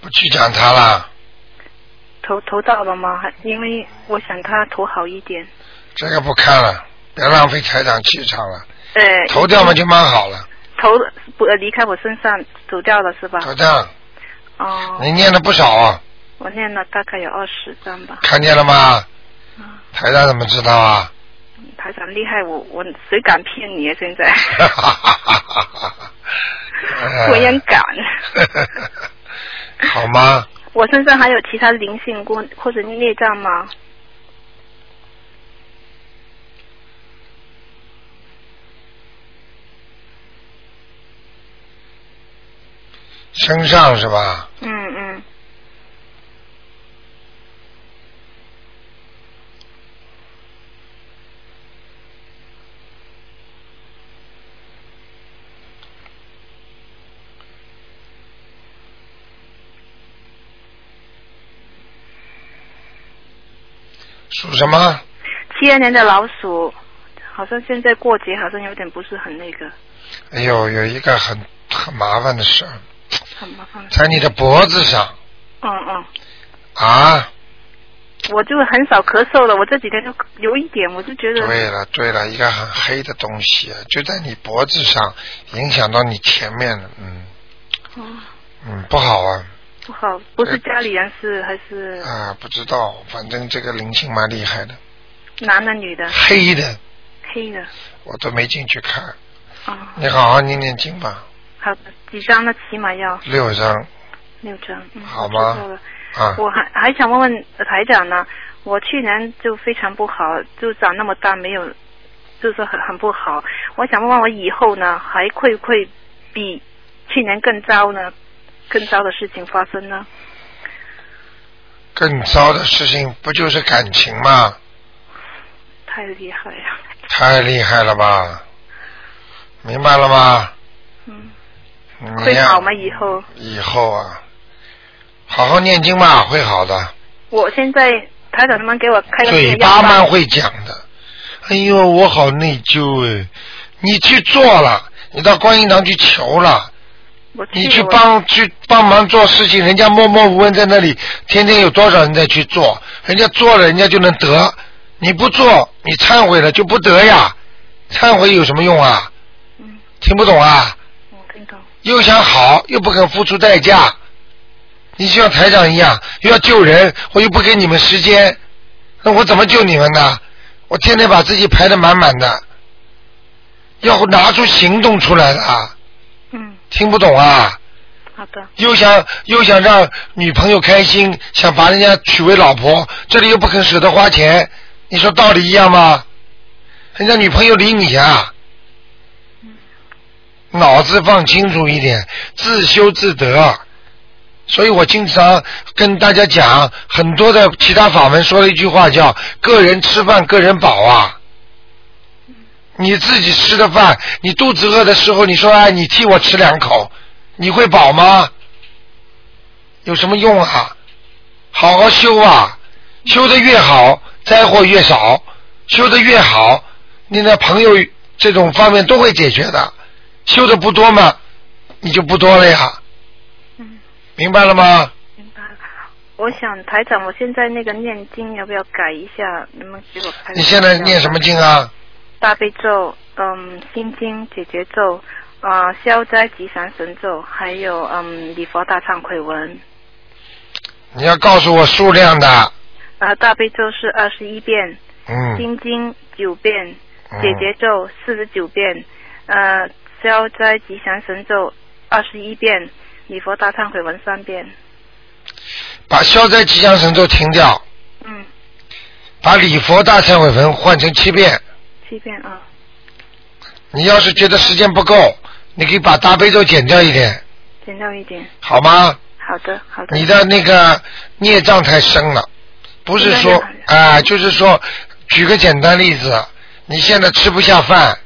[SPEAKER 1] 不去讲他了，
[SPEAKER 7] 投投到了吗？还因为我想她投好一点。
[SPEAKER 1] 这个不看了，别浪费台长气场了。
[SPEAKER 7] 呃，
[SPEAKER 1] 投掉嘛就蛮好了，
[SPEAKER 7] 投了不呃离开我身上走掉了是吧？
[SPEAKER 1] 投掉。
[SPEAKER 7] 哦，
[SPEAKER 1] 你念了不少啊，
[SPEAKER 7] 我念了大概有二十张吧。
[SPEAKER 1] 看见了吗？
[SPEAKER 7] 啊，
[SPEAKER 1] 台长怎么知道啊？
[SPEAKER 7] 台长厉害，我我谁敢骗你啊？现在
[SPEAKER 1] 哈哈哈哈哈哈！ 哎
[SPEAKER 7] 我也敢。
[SPEAKER 1] 好吗？
[SPEAKER 7] 我身上还有其他灵性过或者孽障吗？
[SPEAKER 1] 身上是吧？
[SPEAKER 7] 嗯嗯，
[SPEAKER 1] 属什么？
[SPEAKER 7] 七二年的老鼠，好像现在过节好像有点不是很那个，
[SPEAKER 1] 哎呦，有一个很很麻烦的事儿，
[SPEAKER 7] 很麻烦。
[SPEAKER 1] 在你的脖子上
[SPEAKER 7] 嗯嗯，
[SPEAKER 1] 啊！
[SPEAKER 7] 我就很少咳嗽了，我这几天就有一点，我就觉得
[SPEAKER 1] 对了对了，一个很黑的东西啊就在你脖子上，影响到你前面了，嗯
[SPEAKER 7] 哦
[SPEAKER 1] 嗯，不好啊
[SPEAKER 7] 不好，不是家里人是还是
[SPEAKER 1] 啊，不知道，反正这个灵性蛮厉害的，
[SPEAKER 7] 男的女的
[SPEAKER 1] 黑的
[SPEAKER 7] 黑的
[SPEAKER 1] 我都没进去看，
[SPEAKER 7] 啊、
[SPEAKER 1] 你好好念念经吧，
[SPEAKER 7] 好的，几张呢？起码要
[SPEAKER 1] 六张
[SPEAKER 7] 六张，嗯，
[SPEAKER 1] 好
[SPEAKER 7] 我
[SPEAKER 1] 吗
[SPEAKER 7] 知道了
[SPEAKER 1] 啊，
[SPEAKER 7] 我还还想问问台长呢，我去年就非常不好，就长那么大没有，就是说很很不好。我想问问我以后呢，还会不会比去年更糟呢？更糟的事情发生呢？
[SPEAKER 1] 更糟的事情不就是感情吗？
[SPEAKER 7] 太厉害了，
[SPEAKER 1] 太厉害了吧？明白了吗？
[SPEAKER 7] 嗯，
[SPEAKER 1] 你
[SPEAKER 7] 会
[SPEAKER 1] 呀
[SPEAKER 7] 好吗？以后
[SPEAKER 1] 以后啊，好好念经吧，会好的。
[SPEAKER 7] 我现在台长他们给我开个这个
[SPEAKER 1] 嘴
[SPEAKER 7] 药
[SPEAKER 1] 巴
[SPEAKER 7] 吧
[SPEAKER 1] 蛮会讲的。哎呦，我好内疚哎！你去做了，你到观音堂去求了，
[SPEAKER 7] 我去
[SPEAKER 1] 你去
[SPEAKER 7] 我
[SPEAKER 1] 帮去帮忙做事情，人家默默无闻在那里，天天有多少人在去做？人家做了，人家就能得。你不做，你忏悔了就不得呀！忏悔有什么用啊？
[SPEAKER 7] 嗯，
[SPEAKER 1] 听不懂啊？
[SPEAKER 7] 我听懂，
[SPEAKER 1] 又想好又不肯付出代价，你就像台长一样，又要救人，我又不给你们时间，那我怎么救你们呢？我天天把自己排得满满的，要拿出行动出来的啊！
[SPEAKER 7] 嗯，
[SPEAKER 1] 听不懂啊？
[SPEAKER 7] 好的，
[SPEAKER 1] 又想又想让女朋友开心，想把人家娶为老婆，这里又不肯舍得花钱，你说道理一样吗？人家女朋友理你啊，
[SPEAKER 7] 嗯
[SPEAKER 1] 脑子放清楚一点，自修自得。所以我经常跟大家讲，很多的其他法门说了一句话叫“个人吃饭，个人饱”啊。你自己吃的饭，你肚子饿的时候，你说哎，你替我吃两口，你会饱吗？有什么用啊？好好修啊，修的越好，灾祸越少；修的越好，你的朋友这种方面都会解决的。修的不多嘛，你就不多了呀，
[SPEAKER 7] 嗯，
[SPEAKER 1] 明白了吗？
[SPEAKER 7] 明白了。我想台长，我现在那个念经要不要改一下？能不能给我开个
[SPEAKER 1] 你现在
[SPEAKER 7] 药
[SPEAKER 1] 念什
[SPEAKER 7] 吧
[SPEAKER 1] 么经啊？
[SPEAKER 7] 大悲咒，嗯，心经解结咒，啊、消灾吉祥神咒，还有嗯，礼佛大忏悔文。
[SPEAKER 1] 你要告诉我数量的，
[SPEAKER 7] 啊、大悲咒是二十一遍，
[SPEAKER 1] 嗯，
[SPEAKER 7] 心经九遍，
[SPEAKER 1] 嗯
[SPEAKER 7] 解结咒四十九遍，呃，消灾吉祥神咒二十一遍，礼佛大忏悔文三遍。
[SPEAKER 1] 把消灾吉祥神咒停掉，
[SPEAKER 7] 嗯，
[SPEAKER 1] 把礼佛大忏悔文换成七遍。
[SPEAKER 7] 七遍啊。
[SPEAKER 1] 你要是觉得时间不够，你可以把大悲咒减掉一点，
[SPEAKER 7] 简单一点，
[SPEAKER 1] 好吗？
[SPEAKER 7] 好的，好的。
[SPEAKER 1] 你的那个孽障太深了，不是说
[SPEAKER 7] 孽
[SPEAKER 1] 啊
[SPEAKER 7] 障、
[SPEAKER 1] 就是说，举个简单例子，你现在吃不下饭，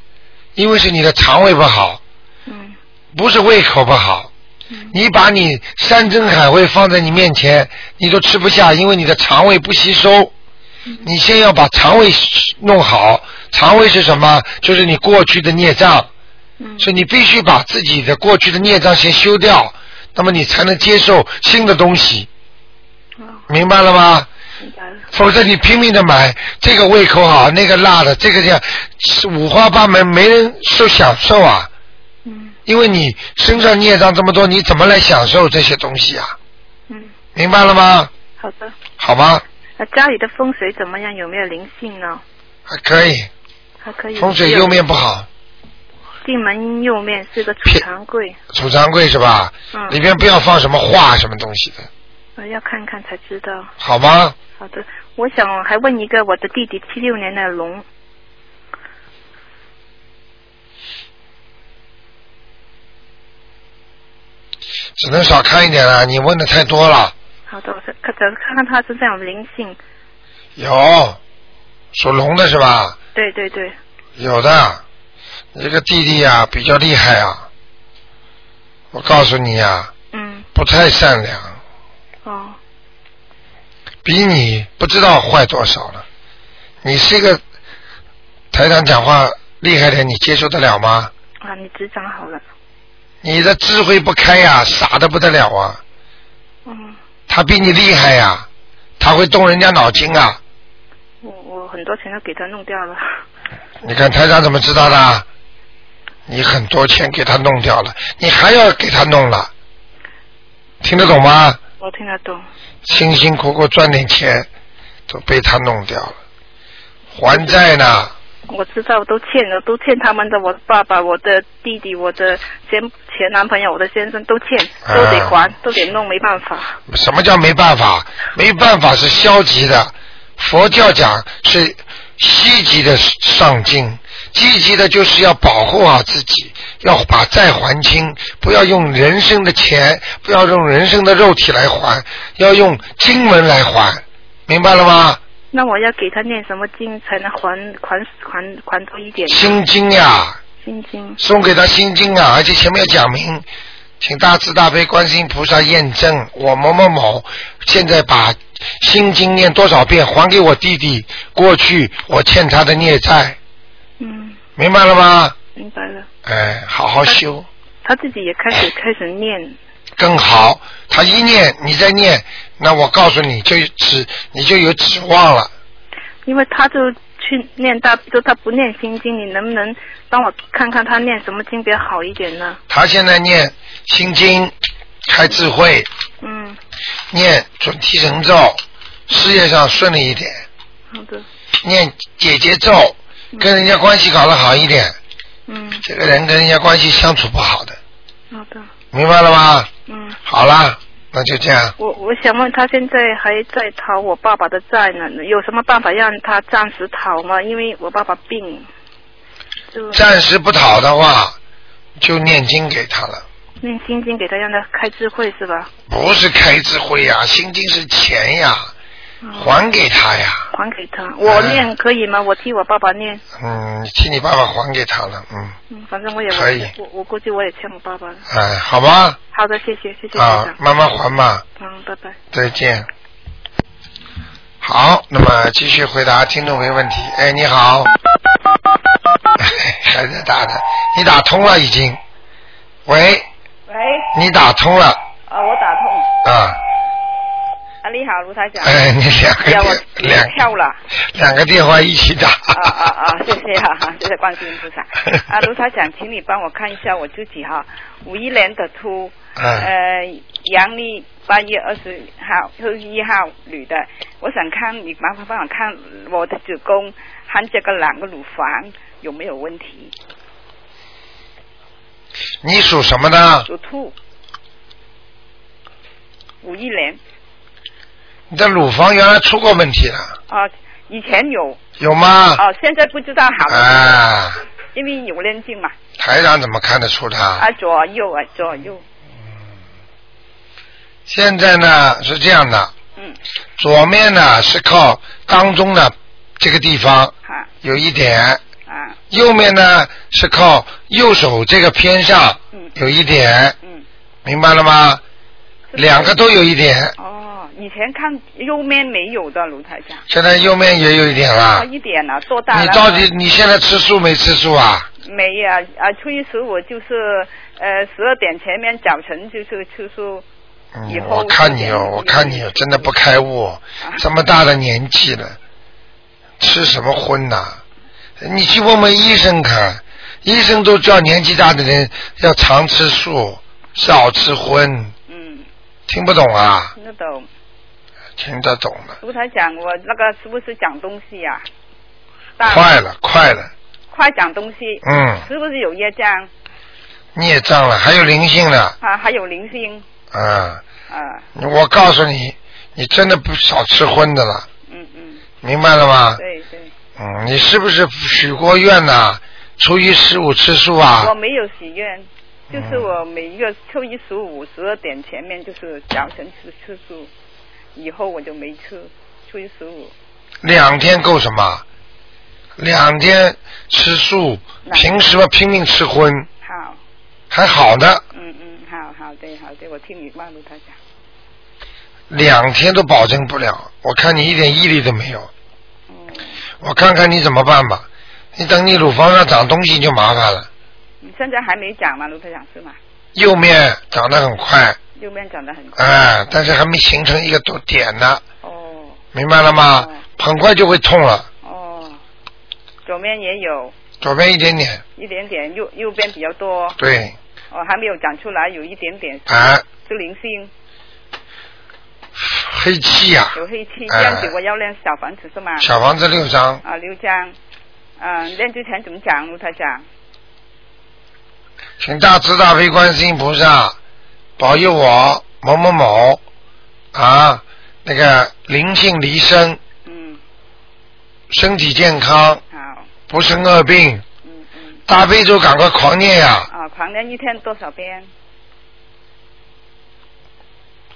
[SPEAKER 1] 因为是你的肠胃不好，
[SPEAKER 7] 嗯
[SPEAKER 1] 不是胃口不好。
[SPEAKER 7] 嗯
[SPEAKER 1] 你把你山珍海味放在你面前，你都吃不下，因为你的肠胃不吸收。
[SPEAKER 7] 嗯
[SPEAKER 1] 你先要把肠胃弄好，肠胃是什么？就是你过去的孽障。
[SPEAKER 7] 嗯
[SPEAKER 1] 所以你必须把自己的过去的孽障先修掉，那么你才能接受新的东西，
[SPEAKER 7] 哦，
[SPEAKER 1] 明白了吗？
[SPEAKER 7] 明白了。
[SPEAKER 1] 否则你拼命的买，这个胃口好，那个辣的，这个这样，是五花八门，没人受享受啊。
[SPEAKER 7] 嗯
[SPEAKER 1] 因为你身上孽障这么多，你怎么来享受这些东西啊？
[SPEAKER 7] 嗯，
[SPEAKER 1] 明白了吗？
[SPEAKER 7] 好的。
[SPEAKER 1] 好吗？
[SPEAKER 7] 那家里的风水怎么样？有没有灵性呢？
[SPEAKER 1] 还可以，
[SPEAKER 7] 还可以。
[SPEAKER 1] 风水右面不好，
[SPEAKER 7] 进门右面是个储藏柜，
[SPEAKER 1] 储藏柜是吧？
[SPEAKER 7] 嗯
[SPEAKER 1] 里边不要放什么画什么东西的，
[SPEAKER 7] 我呃要看看才知道。
[SPEAKER 1] 好吗？
[SPEAKER 7] 好的，我想还问一个，我的弟弟七六年的龙，
[SPEAKER 1] 只能少看一点了，你问的太多了。
[SPEAKER 7] 好的，我再看看看他身上有灵性，
[SPEAKER 1] 有，属龙的是吧？
[SPEAKER 7] 对对对，
[SPEAKER 1] 有的，你这个弟弟呀、比较厉害啊。我告诉你呀、
[SPEAKER 7] 嗯，
[SPEAKER 1] 不太善良，
[SPEAKER 7] 哦，
[SPEAKER 1] 比你不知道坏多少了。你是一个台长讲话厉害的，你接受得了吗？
[SPEAKER 7] 啊，你执掌好了，
[SPEAKER 1] 你的智慧不开呀、傻的不得了啊！
[SPEAKER 7] 嗯，
[SPEAKER 1] 他比你厉害呀、他会动人家脑筋啊！
[SPEAKER 7] 我我很多钱都给他弄掉了，
[SPEAKER 1] 你看台长怎么知道的？你很多钱给他弄掉了，你还要给他弄了，听得懂吗？
[SPEAKER 7] 我听得懂，
[SPEAKER 1] 辛辛苦苦赚点钱，都被他弄掉了，还债呢。
[SPEAKER 7] 我知道我都欠了，都欠他们的，我爸爸、我的弟弟、我的前前男朋友、我的先生都欠，
[SPEAKER 1] 啊
[SPEAKER 7] 都得还，都得弄，没办法。
[SPEAKER 1] 什么叫没办法？没办法是消极的，佛教讲是积极的上进，积极的就是要保护好自己，要把债还清，不要用人生的钱，不要用人生的肉体来还，要用经文来还，明白了吗？
[SPEAKER 7] 那我要给他念什么经才能还还还还多一点呢？
[SPEAKER 1] 心经呀、
[SPEAKER 7] 心经
[SPEAKER 1] 送给他心经啊，而且前面要讲明，请大慈大悲观世音菩萨验证我某某某现在把心经念多少遍还给我弟弟，过去我欠他的孽债，
[SPEAKER 7] 嗯，
[SPEAKER 1] 明白了吗？
[SPEAKER 7] 明白了。
[SPEAKER 1] 哎，好好修
[SPEAKER 7] 他自己也开始开始念，
[SPEAKER 1] 更好。他一念你再念，那我告诉你就指你就有指望了。
[SPEAKER 7] 因为他就去念大，就他不念心经，你能不能帮我看看他念什么经比较好一点呢？
[SPEAKER 1] 他现在念心经，开智慧，
[SPEAKER 7] 嗯，
[SPEAKER 1] 念准提神咒，事业上顺利一点。
[SPEAKER 7] 好的，
[SPEAKER 1] 念姐姐咒，跟人家关系搞得好一点。
[SPEAKER 7] 嗯，
[SPEAKER 1] 这个人跟人家关系相处不好的，
[SPEAKER 7] 好的，
[SPEAKER 1] 明白了吗？
[SPEAKER 7] 嗯。
[SPEAKER 1] 好啦，那就这样。
[SPEAKER 7] 我我想问他现在还在讨我爸爸的债呢，有什么办法让他暂时讨吗？因为我爸爸病，就
[SPEAKER 1] 暂时不讨的话，就念经给他了。
[SPEAKER 7] 念心经给他让他开智慧是吧？
[SPEAKER 1] 不是开智慧呀，心经是钱呀，
[SPEAKER 7] 嗯
[SPEAKER 1] 还给他呀。
[SPEAKER 7] 还给
[SPEAKER 1] 哎
[SPEAKER 7] 他，我念可以吗？我替我爸爸念，
[SPEAKER 1] 嗯，替你爸爸还给他了。嗯，
[SPEAKER 7] 嗯，反正我也
[SPEAKER 1] 可以
[SPEAKER 7] 我我估计我也欠我爸爸了。
[SPEAKER 1] 哎，好吧，
[SPEAKER 7] 好的，谢谢谢谢台
[SPEAKER 1] 啊
[SPEAKER 7] 长，，
[SPEAKER 1] 慢慢还吧。
[SPEAKER 7] 嗯，拜拜。
[SPEAKER 1] 再见。好，那么继续回答听众朋友问题。哎，你好， 还在打的，你打通了已经。喂，
[SPEAKER 8] 喂，
[SPEAKER 1] 你打通了
[SPEAKER 8] 啊，我打通。
[SPEAKER 1] 啊？
[SPEAKER 8] 啊，你好，卢台长。
[SPEAKER 1] 哎，你两个
[SPEAKER 8] 呀，我
[SPEAKER 1] 电两
[SPEAKER 8] 跳了。
[SPEAKER 1] 两个电话一起打。
[SPEAKER 8] 啊啊啊！谢谢哈、啊，谢谢观世音菩 萨。啊，卢台长，请你帮我看一下我自己哈、五一年的兔，
[SPEAKER 1] 嗯，
[SPEAKER 8] 呃，阳历八月二十号、二十一号，女的。我想看你麻烦帮我看我的子宫和这个两个乳房有没有问题？
[SPEAKER 1] 你属什么呢？
[SPEAKER 8] 属兔，五一年
[SPEAKER 1] 你的乳房原来出过问题了，
[SPEAKER 8] 啊，以前有
[SPEAKER 1] 有吗？
[SPEAKER 8] 哦，现在不知道好了。
[SPEAKER 1] 啊，
[SPEAKER 8] 因为有练劲嘛，
[SPEAKER 1] 台长怎么看得出他？
[SPEAKER 8] 啊左右啊左右，
[SPEAKER 1] 现在呢是这样的，
[SPEAKER 8] 嗯，
[SPEAKER 1] 左面呢是靠当中的这个地方
[SPEAKER 8] 哈
[SPEAKER 1] 有一点，
[SPEAKER 8] 啊
[SPEAKER 1] 右面呢是靠右手这个偏上
[SPEAKER 8] 嗯
[SPEAKER 1] 有一点，
[SPEAKER 8] 嗯，
[SPEAKER 1] 明白了吗？
[SPEAKER 8] 是不是
[SPEAKER 1] 两个都有一点，
[SPEAKER 8] 哦，以前看右面没有的卢台长，
[SPEAKER 1] 现在右面也有一点了
[SPEAKER 8] 哦。一点啊，多大了？
[SPEAKER 1] 你到底你现在吃素没吃素啊？
[SPEAKER 8] 没呀、啊？初一十五就是呃十二点前面早晨就是吃素，以
[SPEAKER 1] 嗯，
[SPEAKER 8] 后
[SPEAKER 1] 我看你哦，
[SPEAKER 8] 一点
[SPEAKER 1] 我看你哦，真的不开悟，哦
[SPEAKER 8] 啊
[SPEAKER 1] 这么大的年纪了，吃什么荤呐、你去问问医生看，医生都叫年纪大的人要常吃素，少吃荤，
[SPEAKER 8] 嗯，
[SPEAKER 1] 听不懂啊？
[SPEAKER 8] 听得懂。
[SPEAKER 1] 听得懂了，
[SPEAKER 8] 卢台长，我那个是不是讲东西呀、大
[SPEAKER 1] 快了，快了，
[SPEAKER 8] 快讲东西，
[SPEAKER 1] 嗯，
[SPEAKER 8] 是不是有业障
[SPEAKER 1] 孽障了，还有灵性了，
[SPEAKER 8] 啊？还有灵性
[SPEAKER 1] 啊！
[SPEAKER 8] 啊？
[SPEAKER 1] 我告诉你，你真的不少吃荤的了，
[SPEAKER 8] 嗯嗯，
[SPEAKER 1] 明白了吗？
[SPEAKER 8] 对对，
[SPEAKER 1] 嗯，你是不是许过愿呐、初一十五吃素啊
[SPEAKER 8] 我？没有许愿，就是
[SPEAKER 1] 嗯
[SPEAKER 8] 我每一个初一十五十二点前面就是早晨吃吃素，以后我就没吃。初一十五，
[SPEAKER 1] 两天够什么？两天吃素，
[SPEAKER 8] 那
[SPEAKER 1] 平时嘛拼命吃荤，
[SPEAKER 8] 好，
[SPEAKER 1] 还好呢，
[SPEAKER 8] 嗯嗯，好好对好对，我听你慢路他讲。
[SPEAKER 1] 两天都保证不了。我看你一点毅力都没有。
[SPEAKER 8] 嗯
[SPEAKER 1] 我看看你怎么办吧。你等你乳房上长东西就麻烦了，
[SPEAKER 8] 你嗯现在还没长吗，卢台长是吗？
[SPEAKER 1] 右面长得很快，
[SPEAKER 8] 右面长得很快。
[SPEAKER 1] 哎，但是还没形成一个多点呢，
[SPEAKER 8] 哦
[SPEAKER 1] 明白了吗？很快就会痛了，
[SPEAKER 8] 哦，左面也有
[SPEAKER 1] 左边一点点，
[SPEAKER 8] 一点点，右右边比较多，
[SPEAKER 1] 对，
[SPEAKER 8] 哦还没有长出来，有一点点
[SPEAKER 1] 啊，
[SPEAKER 8] 是零星，
[SPEAKER 1] 黑气呀、
[SPEAKER 8] 有黑气。
[SPEAKER 1] 哎
[SPEAKER 8] 这样子我要练小房子是吗？
[SPEAKER 1] 小房子六张，
[SPEAKER 8] 啊六张，嗯、练之前怎么讲，卢台长？
[SPEAKER 1] 请大慈大悲观世音菩萨保佑我某某某啊，那个灵性离身，
[SPEAKER 8] 嗯，
[SPEAKER 1] 身体健康，
[SPEAKER 8] 好，嗯
[SPEAKER 1] 不生恶病。大悲咒赶快狂念呀、
[SPEAKER 8] 啊狂练一天多少遍？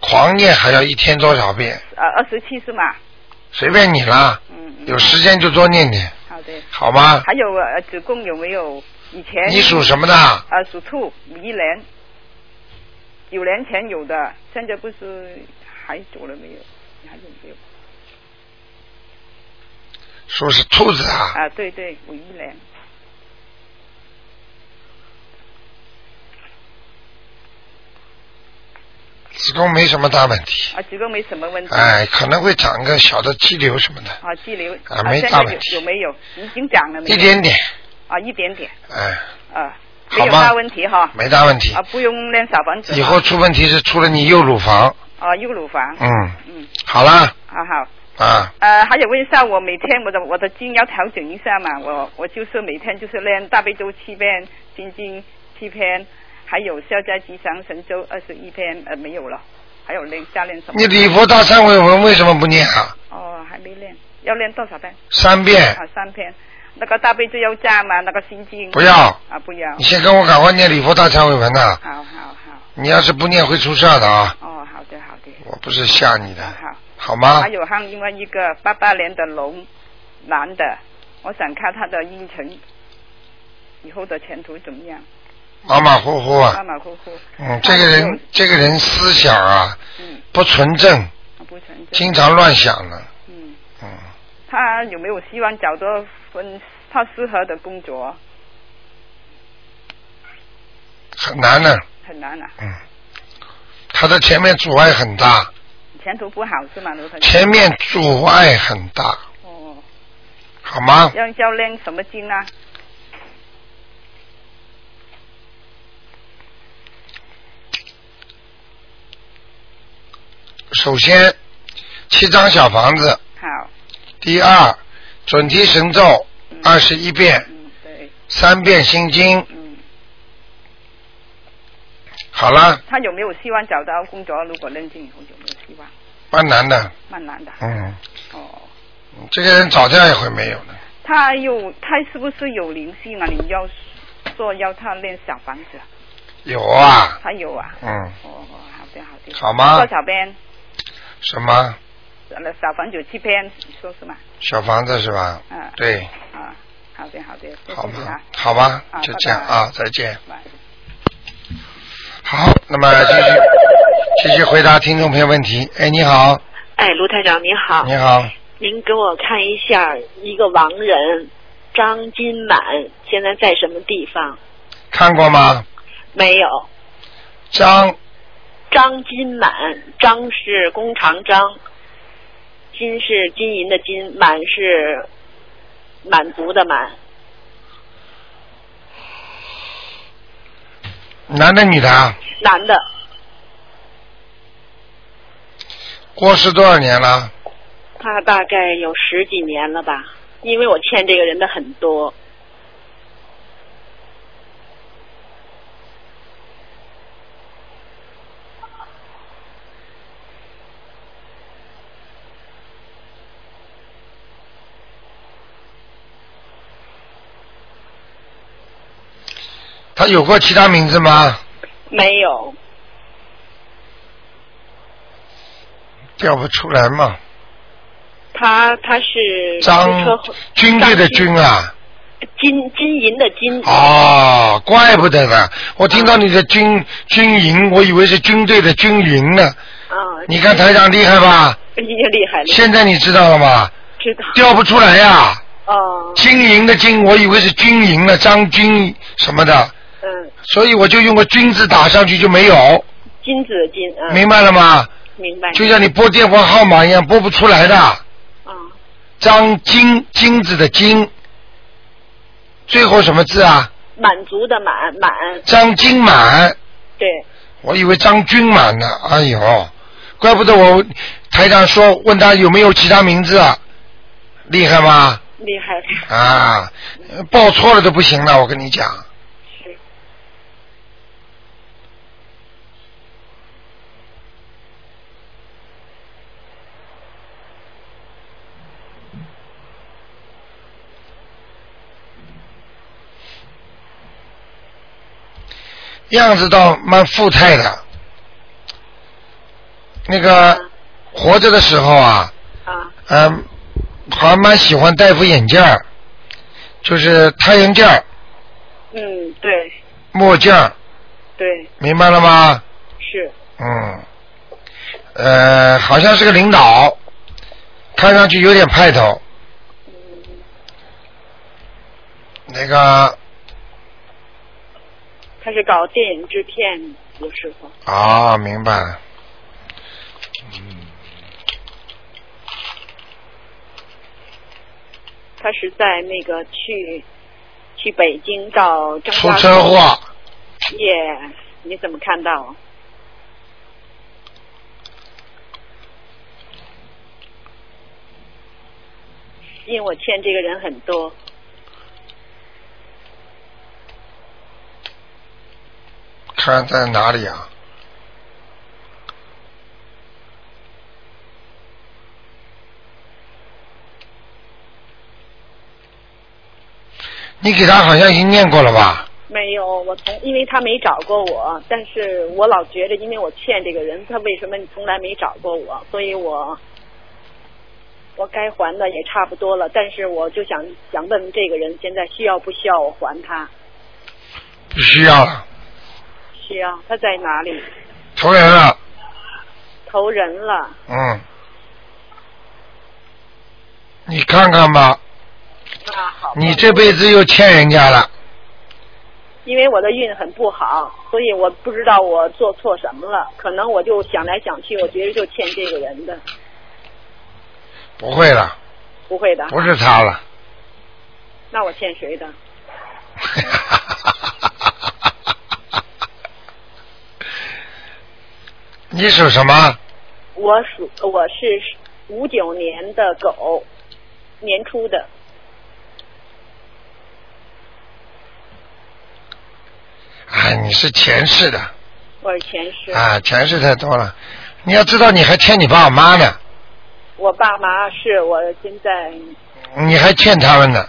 [SPEAKER 1] 狂念还要一天多少遍，
[SPEAKER 8] 呃二十七是吗？
[SPEAKER 1] 随便你啦。
[SPEAKER 8] 嗯
[SPEAKER 1] 有时间就多念念，
[SPEAKER 8] 好的。
[SPEAKER 1] 好吗？
[SPEAKER 8] 还有呃，子宫有没有以前？
[SPEAKER 1] 你属什么的
[SPEAKER 8] 呃，属兔，五一年，九年前有的，现在不是还有了没有？还有没有？
[SPEAKER 1] 说是兔子啊，
[SPEAKER 8] 啊，对对，五一年。
[SPEAKER 1] 子宫没什么大问题，
[SPEAKER 8] 啊，子宫没什么问题。
[SPEAKER 1] 哎，可能会长个小的肌瘤什么的，
[SPEAKER 8] 啊，肌瘤
[SPEAKER 1] 啊没
[SPEAKER 8] 现
[SPEAKER 1] 大
[SPEAKER 8] 在
[SPEAKER 1] 问
[SPEAKER 8] 有有没有？已经长了没有？
[SPEAKER 1] 一点点。
[SPEAKER 8] 啊，一点点，
[SPEAKER 1] 哎，
[SPEAKER 8] 啊，没
[SPEAKER 1] 好
[SPEAKER 8] 有
[SPEAKER 1] 吗
[SPEAKER 8] 大问题哈。
[SPEAKER 1] 没大问题
[SPEAKER 8] 啊，不用练小房子。
[SPEAKER 1] 以后出问题是出了你右乳房，
[SPEAKER 8] 啊，右乳房。
[SPEAKER 1] 嗯，
[SPEAKER 8] 嗯，
[SPEAKER 1] 好啦，
[SPEAKER 8] 好好。
[SPEAKER 1] 啊，
[SPEAKER 8] 呃，还有问一下，我每天我的我的经要调整一下嘛，我我就是每天就是练大悲咒七遍，心经七篇，还有消灾吉祥神咒二十一篇，呃，没有了，还有练下练什么？
[SPEAKER 1] 你礼佛大忏悔文为什么不念啊？
[SPEAKER 8] 哦，还没练，要练多少遍？
[SPEAKER 1] 三遍
[SPEAKER 8] 啊，三篇。那个大悲咒要加嘛？那个心经
[SPEAKER 1] 不要
[SPEAKER 8] 啊，不要。
[SPEAKER 1] 你先跟我赶快念礼佛大忏悔文呐、
[SPEAKER 8] 好好好，
[SPEAKER 1] 你要是不念会出事儿的啊，
[SPEAKER 8] 哦，好的好的。
[SPEAKER 1] 我不是吓你的，
[SPEAKER 8] 好。哎
[SPEAKER 1] 好吗
[SPEAKER 8] 还？有还有另外一个八八年的龙，男的，我想看他的运程，以后的前途怎么样？
[SPEAKER 1] 马马虎虎啊
[SPEAKER 8] 马马虎虎。
[SPEAKER 1] 嗯，这个人这个人思想啊
[SPEAKER 8] 啊嗯，
[SPEAKER 1] 不纯正，
[SPEAKER 8] 不纯正。
[SPEAKER 1] 经常乱。想呢，
[SPEAKER 8] 嗯，
[SPEAKER 1] 嗯，
[SPEAKER 8] 他有没有希望找到份他适合的工作？
[SPEAKER 1] 很难呢、
[SPEAKER 8] 很难啊，
[SPEAKER 1] 嗯，他的前面阻碍很大，
[SPEAKER 8] 前途不好是吗？卢台长
[SPEAKER 1] 前面阻碍很大，
[SPEAKER 8] 嗯哦，
[SPEAKER 1] 好吗？
[SPEAKER 8] 要要练什么经啊？
[SPEAKER 1] 首先，七张小房子，
[SPEAKER 8] 好，嗯
[SPEAKER 1] 第二，准提神咒二十一遍，三遍心经，
[SPEAKER 8] 嗯
[SPEAKER 1] 好了，
[SPEAKER 8] 他有没有希望找到工作？如果认定以后有没有希望？
[SPEAKER 1] 蛮难的，
[SPEAKER 8] 蛮难的。
[SPEAKER 1] 嗯，
[SPEAKER 8] 哦，
[SPEAKER 1] 这个人早掉一回没有呢，
[SPEAKER 8] 他有他是不是有灵性啊？你要说要他练小房子？
[SPEAKER 1] 有啊，
[SPEAKER 8] 他有啊。
[SPEAKER 1] 嗯，
[SPEAKER 8] 哦，好的好的。
[SPEAKER 1] 好吗
[SPEAKER 8] 多少篇？
[SPEAKER 1] 什么
[SPEAKER 8] 呃小房子七篇，你说是吗？
[SPEAKER 1] 小房子是吧？
[SPEAKER 8] 啊
[SPEAKER 1] 对，
[SPEAKER 8] 啊，好的好的，谢
[SPEAKER 1] 好
[SPEAKER 8] 谢你
[SPEAKER 1] 吗
[SPEAKER 8] 啊。？
[SPEAKER 1] 好吧
[SPEAKER 8] 啊，
[SPEAKER 1] 就这样
[SPEAKER 8] 拜拜
[SPEAKER 1] 啊，再见
[SPEAKER 8] 拜。
[SPEAKER 1] 好，那么继续继续回答听众朋友问题。哎，你好，
[SPEAKER 9] 哎，卢台长您好，
[SPEAKER 1] 你好，
[SPEAKER 9] 您给我看一下一个亡人张金满现在在什么地方？
[SPEAKER 1] 看过吗？
[SPEAKER 9] 没有，
[SPEAKER 1] 张
[SPEAKER 9] 张金满，张是工长张，金是金银的金，满是满足的满，
[SPEAKER 1] 男的女的啊？
[SPEAKER 9] 男的，
[SPEAKER 1] 过世多少年了？
[SPEAKER 9] 他大概有十几年了吧，因为我欠这个人的很多，
[SPEAKER 1] 他有过其他名字吗？
[SPEAKER 9] 没有，
[SPEAKER 1] 调不出来嘛。
[SPEAKER 9] 他他是
[SPEAKER 1] 张
[SPEAKER 9] 车祸
[SPEAKER 1] 军队的军啊，
[SPEAKER 9] 金金银的金，
[SPEAKER 1] 哦，怪不得呢。我听到你的军军营，我以为是军队的军营呢。
[SPEAKER 9] 啊，
[SPEAKER 1] 你 看台长厉害吧？
[SPEAKER 9] 厉害厉害，
[SPEAKER 1] 现在你知道了吗？
[SPEAKER 9] 知道
[SPEAKER 1] 调不出来呀、
[SPEAKER 9] 哦，
[SPEAKER 1] 金银的金，我以为是军营了，张军什么的，
[SPEAKER 9] 嗯，
[SPEAKER 1] 所以我就用个军字打上去就没有，
[SPEAKER 9] 金子的金，嗯，
[SPEAKER 1] 明白了吗？
[SPEAKER 9] 明白。
[SPEAKER 1] 就像你拨电话号码一样，拨不出来的。啊。
[SPEAKER 9] 哦
[SPEAKER 1] 张金金子的金，最后什么字啊？
[SPEAKER 9] 满足的满满，
[SPEAKER 1] 张金满，
[SPEAKER 9] 对，
[SPEAKER 1] 我以为张军满呢。哎呦，怪不得我台长说问他有没有其他名字啊，厉害吗？
[SPEAKER 9] 厉害了。
[SPEAKER 1] 啊，呃报错了都不行了，我跟你讲。样子倒蛮富态的。那个活着的时候啊，嗯，还蛮喜欢戴副眼镜儿，就是太阳镜儿、
[SPEAKER 9] 嗯，对
[SPEAKER 1] 墨镜儿，
[SPEAKER 9] 对
[SPEAKER 1] 明白了吗？
[SPEAKER 9] 是，
[SPEAKER 1] 嗯，呃，好像是个领导，看上去有点派头。那个
[SPEAKER 9] 他是搞电影制片有时候，
[SPEAKER 1] 啊，明白嗯了。
[SPEAKER 9] 他是在那个去去北京找张
[SPEAKER 1] 出
[SPEAKER 9] 家
[SPEAKER 1] 车
[SPEAKER 9] 辉
[SPEAKER 1] 祸，
[SPEAKER 9] 耶你怎么看到？因为我欠这个人很多，
[SPEAKER 1] 看在哪里啊？你给他好像已经念过了吧？
[SPEAKER 9] 没有，我从因为他没找过我，但是我老觉着，因为我欠这个人，他为什么从来没找过我？所以我我该还的也差不多了，但是我就想想问这个人，现在需要不需要我还他？
[SPEAKER 1] 不需要了，
[SPEAKER 9] 需要，他在哪里？
[SPEAKER 1] 投人了。
[SPEAKER 9] 投人了，
[SPEAKER 1] 嗯，你看看吧，
[SPEAKER 9] 那好吧。
[SPEAKER 1] 你这辈子又欠人家了。
[SPEAKER 9] 因为我的运很不好，所以我不知道我做错什么了，可能我就想来想去，我觉得就欠这个人的，
[SPEAKER 1] 不会了，
[SPEAKER 9] 不会的。
[SPEAKER 1] 不是他了，
[SPEAKER 9] 那我欠谁的？
[SPEAKER 1] 你属什么？啊
[SPEAKER 9] 我属我是五九年的狗，年初的，
[SPEAKER 1] 哎，你是前世的
[SPEAKER 9] 我是前世。
[SPEAKER 1] 啊，前世太多了。你要知道，你还欠你爸妈呢，
[SPEAKER 9] 我爸妈是我现在
[SPEAKER 1] 你还欠他们呢，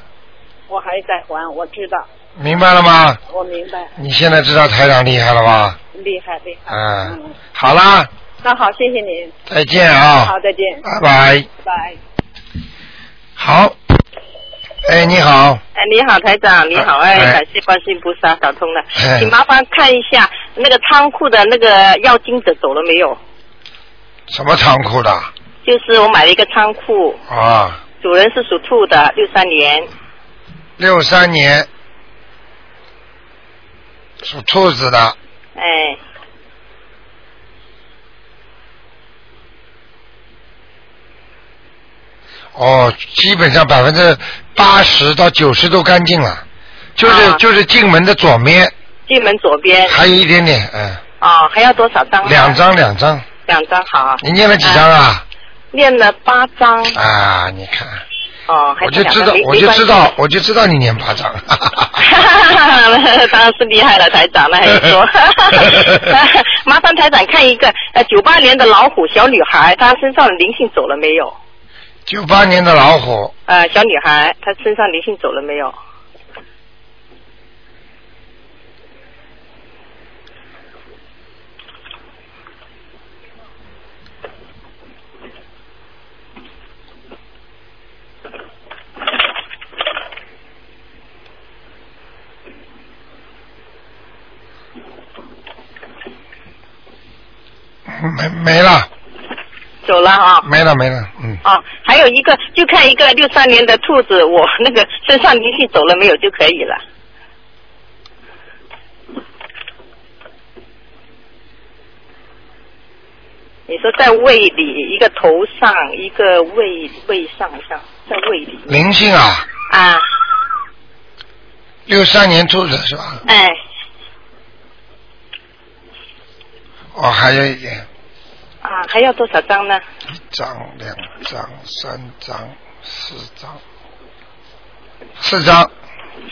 [SPEAKER 9] 我还在还，我知道，
[SPEAKER 1] 明白了吗？
[SPEAKER 9] 我明白，
[SPEAKER 1] 你现在知道台长厉害了吧？
[SPEAKER 9] 厉害厉害。
[SPEAKER 1] 嗯，好啦，
[SPEAKER 9] 那好，谢谢您。
[SPEAKER 1] 再见啊
[SPEAKER 9] 好，再见。
[SPEAKER 1] 拜拜。
[SPEAKER 10] 哎
[SPEAKER 9] 拜。
[SPEAKER 1] 好。哎，你好，
[SPEAKER 10] 哎，你好，台长，你好，哎，
[SPEAKER 1] 哎
[SPEAKER 10] 感谢观世音菩萨打通了
[SPEAKER 1] 哎，
[SPEAKER 10] 请麻烦看一下那个仓库的那个要经者走了没有？
[SPEAKER 1] 什么仓库的
[SPEAKER 10] 就是我买了一个仓库，
[SPEAKER 1] 啊？
[SPEAKER 10] 主人是属兔的，六三年，
[SPEAKER 1] 六三年属兔子的，
[SPEAKER 10] 哎，
[SPEAKER 1] 哦，基本上百分之八十到九十都干净了，就是、
[SPEAKER 10] 啊
[SPEAKER 1] 就是进门的左面
[SPEAKER 10] 进门左边，
[SPEAKER 1] 还有一点点，嗯，
[SPEAKER 10] 哦，还要多少张？
[SPEAKER 1] 两，张两张，
[SPEAKER 10] 两张，好，
[SPEAKER 1] 你念了几张啊？
[SPEAKER 10] 念了八张，
[SPEAKER 1] 啊，你看，
[SPEAKER 10] 哦，还
[SPEAKER 1] 我
[SPEAKER 10] 是
[SPEAKER 1] 就
[SPEAKER 10] 两
[SPEAKER 1] 知
[SPEAKER 10] 张
[SPEAKER 1] 道，
[SPEAKER 10] 没
[SPEAKER 1] 我就知，
[SPEAKER 10] 没
[SPEAKER 1] 道，我就知道你念八张，
[SPEAKER 10] 关系 当然是厉害了，台长，那还用 说？麻烦台长看一个，呃，九八年的老虎小女孩，她身上的灵性走了没有？
[SPEAKER 1] 九八年的老虎，
[SPEAKER 10] 呃，小女孩，她身上灵性走了没有？
[SPEAKER 1] 没没了，
[SPEAKER 10] 走了啊。
[SPEAKER 1] 没了没了，嗯，
[SPEAKER 10] 啊，还有一个就看一个六三年的兔子，我那个身上灵性走了没有就可以了。你说在胃里，一个头上，一个胃胃上上，在胃里
[SPEAKER 1] 灵性啊，
[SPEAKER 10] 啊，
[SPEAKER 1] 六三年兔子是吧？
[SPEAKER 10] 哎，
[SPEAKER 1] 哦，还有一点，
[SPEAKER 10] 啊，还要多少张呢？
[SPEAKER 1] 一张、两张、三张、四张，四张，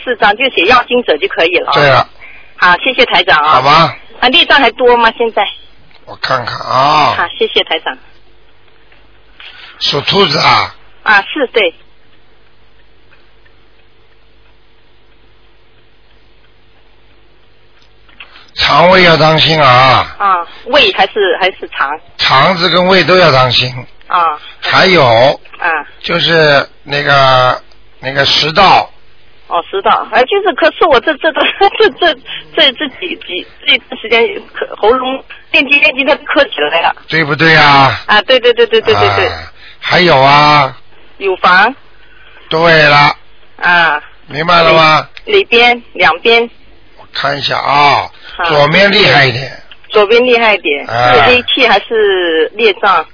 [SPEAKER 10] 四张就写要经者就可以了。啊
[SPEAKER 1] 对。了，
[SPEAKER 10] 好，谢谢台长啊。
[SPEAKER 1] 好吧，
[SPEAKER 10] 啊，孽障还多吗？现在？
[SPEAKER 1] 我看看啊，
[SPEAKER 10] 好，谢谢台长。
[SPEAKER 1] 属兔子啊，
[SPEAKER 10] 啊，是对，
[SPEAKER 1] 肠胃要当心啊，
[SPEAKER 10] 啊，胃还是还是肠
[SPEAKER 1] 肠子跟胃都要当心，
[SPEAKER 10] 啊
[SPEAKER 1] 还有
[SPEAKER 10] 啊，
[SPEAKER 1] 就是那个那个食道，
[SPEAKER 10] 哦，知道，哎，就是，可是我这这 这这这这这几几这段时间咳喉咙练级练级它咳起来了
[SPEAKER 1] 对不对啊？
[SPEAKER 10] 啊，对对对对对对对，
[SPEAKER 1] 啊还有啊，
[SPEAKER 10] 有房
[SPEAKER 1] 对了，
[SPEAKER 10] 啊，
[SPEAKER 1] 明白了吗？
[SPEAKER 10] 里边两边
[SPEAKER 1] 我看一下啊，
[SPEAKER 10] 啊
[SPEAKER 1] 左面厉害一点，
[SPEAKER 10] 左边厉害一点，
[SPEAKER 1] 啊
[SPEAKER 10] 是黑气还是裂障？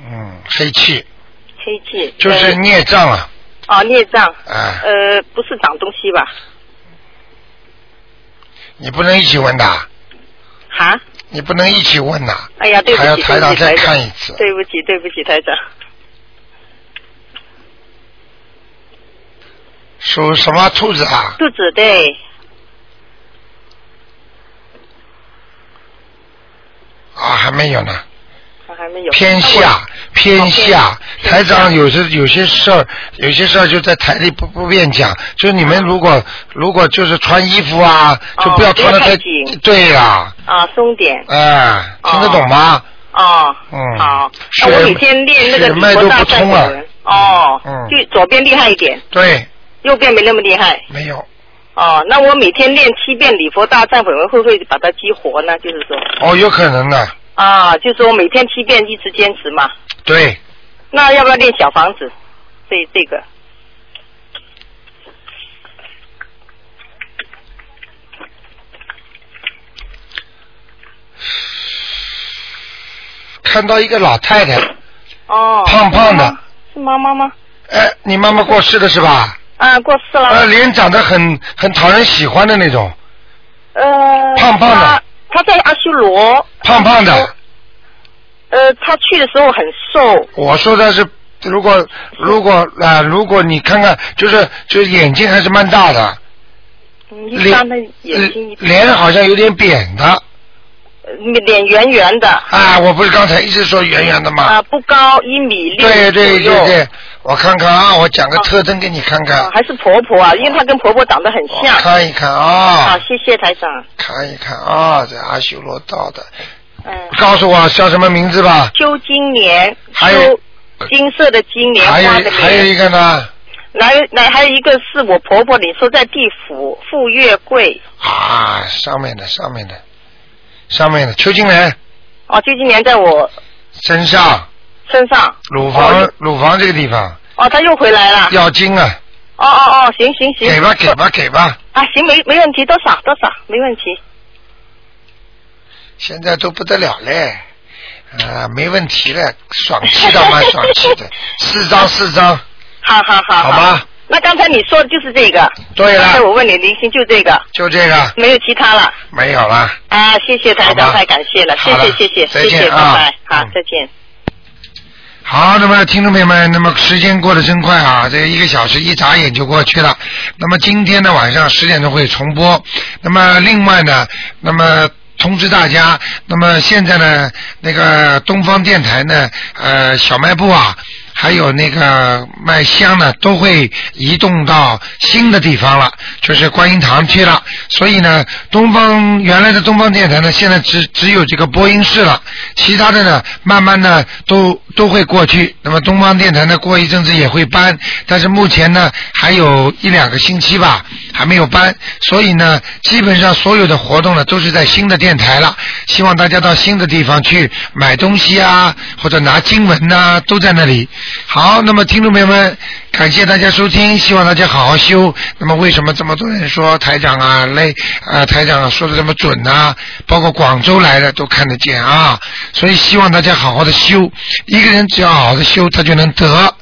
[SPEAKER 1] 嗯，黑气
[SPEAKER 10] 黑气
[SPEAKER 1] 就是
[SPEAKER 10] 呃
[SPEAKER 1] 孽障啊，
[SPEAKER 10] 哦，孽障，
[SPEAKER 1] 啊，
[SPEAKER 10] 呃，不是长东西吧？
[SPEAKER 1] 你不能一起问的，
[SPEAKER 10] 哈？
[SPEAKER 1] 你不能一起问的，
[SPEAKER 10] 哎呀，对不
[SPEAKER 1] 还要
[SPEAKER 10] 起，
[SPEAKER 1] 台
[SPEAKER 10] 对
[SPEAKER 1] 长
[SPEAKER 10] 不起，
[SPEAKER 1] 再
[SPEAKER 10] 台
[SPEAKER 1] 看一次，
[SPEAKER 10] 对不起，对不起，台长，
[SPEAKER 1] 属什么兔子啊？
[SPEAKER 10] 肚子对，
[SPEAKER 1] 啊，还没有呢，
[SPEAKER 10] 我还没有啊哦
[SPEAKER 1] 偏下，偏下。台长有时有些事儿，有些事儿就在台里不不便讲。就是你
[SPEAKER 10] 啊
[SPEAKER 1] 们如果如果就是穿衣服啊，就不要
[SPEAKER 10] 哦不
[SPEAKER 1] 穿
[SPEAKER 10] 要
[SPEAKER 1] 的
[SPEAKER 10] 太
[SPEAKER 1] 太
[SPEAKER 10] 紧
[SPEAKER 1] 对啦，
[SPEAKER 10] 啊，松点
[SPEAKER 1] 哎，听得懂吗？
[SPEAKER 10] 哦。
[SPEAKER 1] 嗯，
[SPEAKER 10] 好，
[SPEAKER 1] 血
[SPEAKER 10] 那我每天练那个
[SPEAKER 1] 血
[SPEAKER 10] 礼
[SPEAKER 1] 脉
[SPEAKER 10] 佛
[SPEAKER 1] 都
[SPEAKER 10] 大
[SPEAKER 1] 不
[SPEAKER 10] 忏
[SPEAKER 1] 通
[SPEAKER 10] 悔
[SPEAKER 1] 了
[SPEAKER 10] 文，，哦，
[SPEAKER 1] 嗯
[SPEAKER 10] 就左边厉害一点，
[SPEAKER 1] 对，
[SPEAKER 10] 右边没那么厉害。
[SPEAKER 1] 没有。
[SPEAKER 10] 哦，那我每天练七遍礼佛大忏悔文，会不会把它激活呢？就是说，
[SPEAKER 1] 哦，有可能的，
[SPEAKER 10] 啊，就是说每天七遍一直坚持嘛。
[SPEAKER 1] 对，
[SPEAKER 10] 那要不要练小房子？这这个
[SPEAKER 1] 看到一个老太太，
[SPEAKER 10] 哦，
[SPEAKER 1] 胖胖的，
[SPEAKER 10] 是妈妈吗？
[SPEAKER 1] 哎，你妈妈过世了是吧？
[SPEAKER 10] 啊，过世了。
[SPEAKER 1] 呃，脸长得很很讨人喜欢的那种，
[SPEAKER 10] 呃，
[SPEAKER 1] 胖胖的
[SPEAKER 10] 她，她在阿修罗，
[SPEAKER 1] 胖胖的。
[SPEAKER 10] 呃，她去的时候很瘦，
[SPEAKER 1] 我说的是，如果如果啊、如果你看看，就是就是眼睛还是蛮大的，
[SPEAKER 10] 嗯一般的眼睛一般
[SPEAKER 1] 脸好像有点扁的
[SPEAKER 10] 呃脸圆圆的，
[SPEAKER 1] 啊！我不是刚才一直说圆圆的吗？
[SPEAKER 10] 啊，不高，一米六
[SPEAKER 1] 对对
[SPEAKER 10] 左右
[SPEAKER 1] 对对，我看看啊，我讲个特征给你看看，
[SPEAKER 10] 啊还是婆婆啊，因为她跟婆婆长得很像。
[SPEAKER 1] 看一看
[SPEAKER 10] 好，
[SPEAKER 1] 哦啊，
[SPEAKER 10] 谢谢台长。
[SPEAKER 1] 看一看啊，在阿修罗道的，
[SPEAKER 10] 嗯，
[SPEAKER 1] 告诉我叫什么名字吧？
[SPEAKER 10] 秋金莲，
[SPEAKER 1] 还有
[SPEAKER 10] 秋金色的金莲
[SPEAKER 1] 还有
[SPEAKER 10] 花的
[SPEAKER 1] 还有一
[SPEAKER 10] 莲，
[SPEAKER 1] 个呢
[SPEAKER 10] 来来，还有一个是我婆婆，你说在地府富月桂。
[SPEAKER 1] 啊，上面的上面的上面的邱金莲
[SPEAKER 10] 哦，秋金莲在我
[SPEAKER 1] 身上
[SPEAKER 10] 身上。
[SPEAKER 1] 乳房
[SPEAKER 10] 哦
[SPEAKER 1] 乳房这个地方
[SPEAKER 10] 哦，她又回来了。
[SPEAKER 1] 要精啊。
[SPEAKER 10] 哦哦哦，行行行。
[SPEAKER 1] 给吧，给吧，给吧！
[SPEAKER 10] 啊，行，没没问题，多少多少，没问题。
[SPEAKER 1] 现在都不得了嘞，啊，没问题了，爽气倒蛮爽气的，四张四张，
[SPEAKER 10] 好好好。
[SPEAKER 1] 好吧？
[SPEAKER 10] 那刚才你说的就是这个。
[SPEAKER 1] 对
[SPEAKER 10] 刚才
[SPEAKER 1] 了，
[SPEAKER 10] 我问你，零星就这个，
[SPEAKER 1] 就这个
[SPEAKER 10] 没有其他了。
[SPEAKER 1] 没有了。
[SPEAKER 10] 啊，谢谢台
[SPEAKER 1] 好
[SPEAKER 10] 长，
[SPEAKER 1] 吧
[SPEAKER 10] 太感谢了，谢
[SPEAKER 1] 好了
[SPEAKER 10] 谢谢谢，
[SPEAKER 1] 再
[SPEAKER 10] 谢
[SPEAKER 1] 见
[SPEAKER 10] 谢，拜
[SPEAKER 1] 啊
[SPEAKER 10] 拜，好
[SPEAKER 1] 嗯，
[SPEAKER 10] 再见。
[SPEAKER 1] 好，那么听众朋友们，那么时间过得真快啊，这一个小时一眨眼就过去了。那么今天的晚上十点钟会重播。那么另外呢，那么。通知大家，那么现在呢，那个东方电台呢，呃，小卖部啊，还有那个卖香的都会移动到新的地方了，就是观音堂去了。所以呢，东方原来的东方电台呢，现在只只有这个播音室了，其他的呢，慢慢的都都会过去。那么东方电台呢，过一阵子也会搬，但是目前呢，还有一两个星期吧，还没有搬。所以呢，基本上所有的活动呢，都是在新的电台了。希望大家到新的地方去买东西啊，或者拿经文呐、都在那里。好，那么听众朋友们，感谢大家收听，希望大家好好修。那么为什么这么多人说台长啊累啊台长啊说的这么准呐、包括广州来的都看得见啊，所以希望大家好好的修。一个人只要好好的修，他就能得。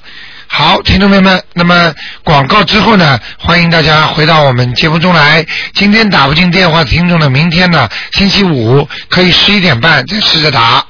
[SPEAKER 1] 好，听众朋友们，那么广告之后呢，欢迎大家回到我们节目中来。今天打不进电话的听众呢，明天呢，星期五可以十一点半再试着打。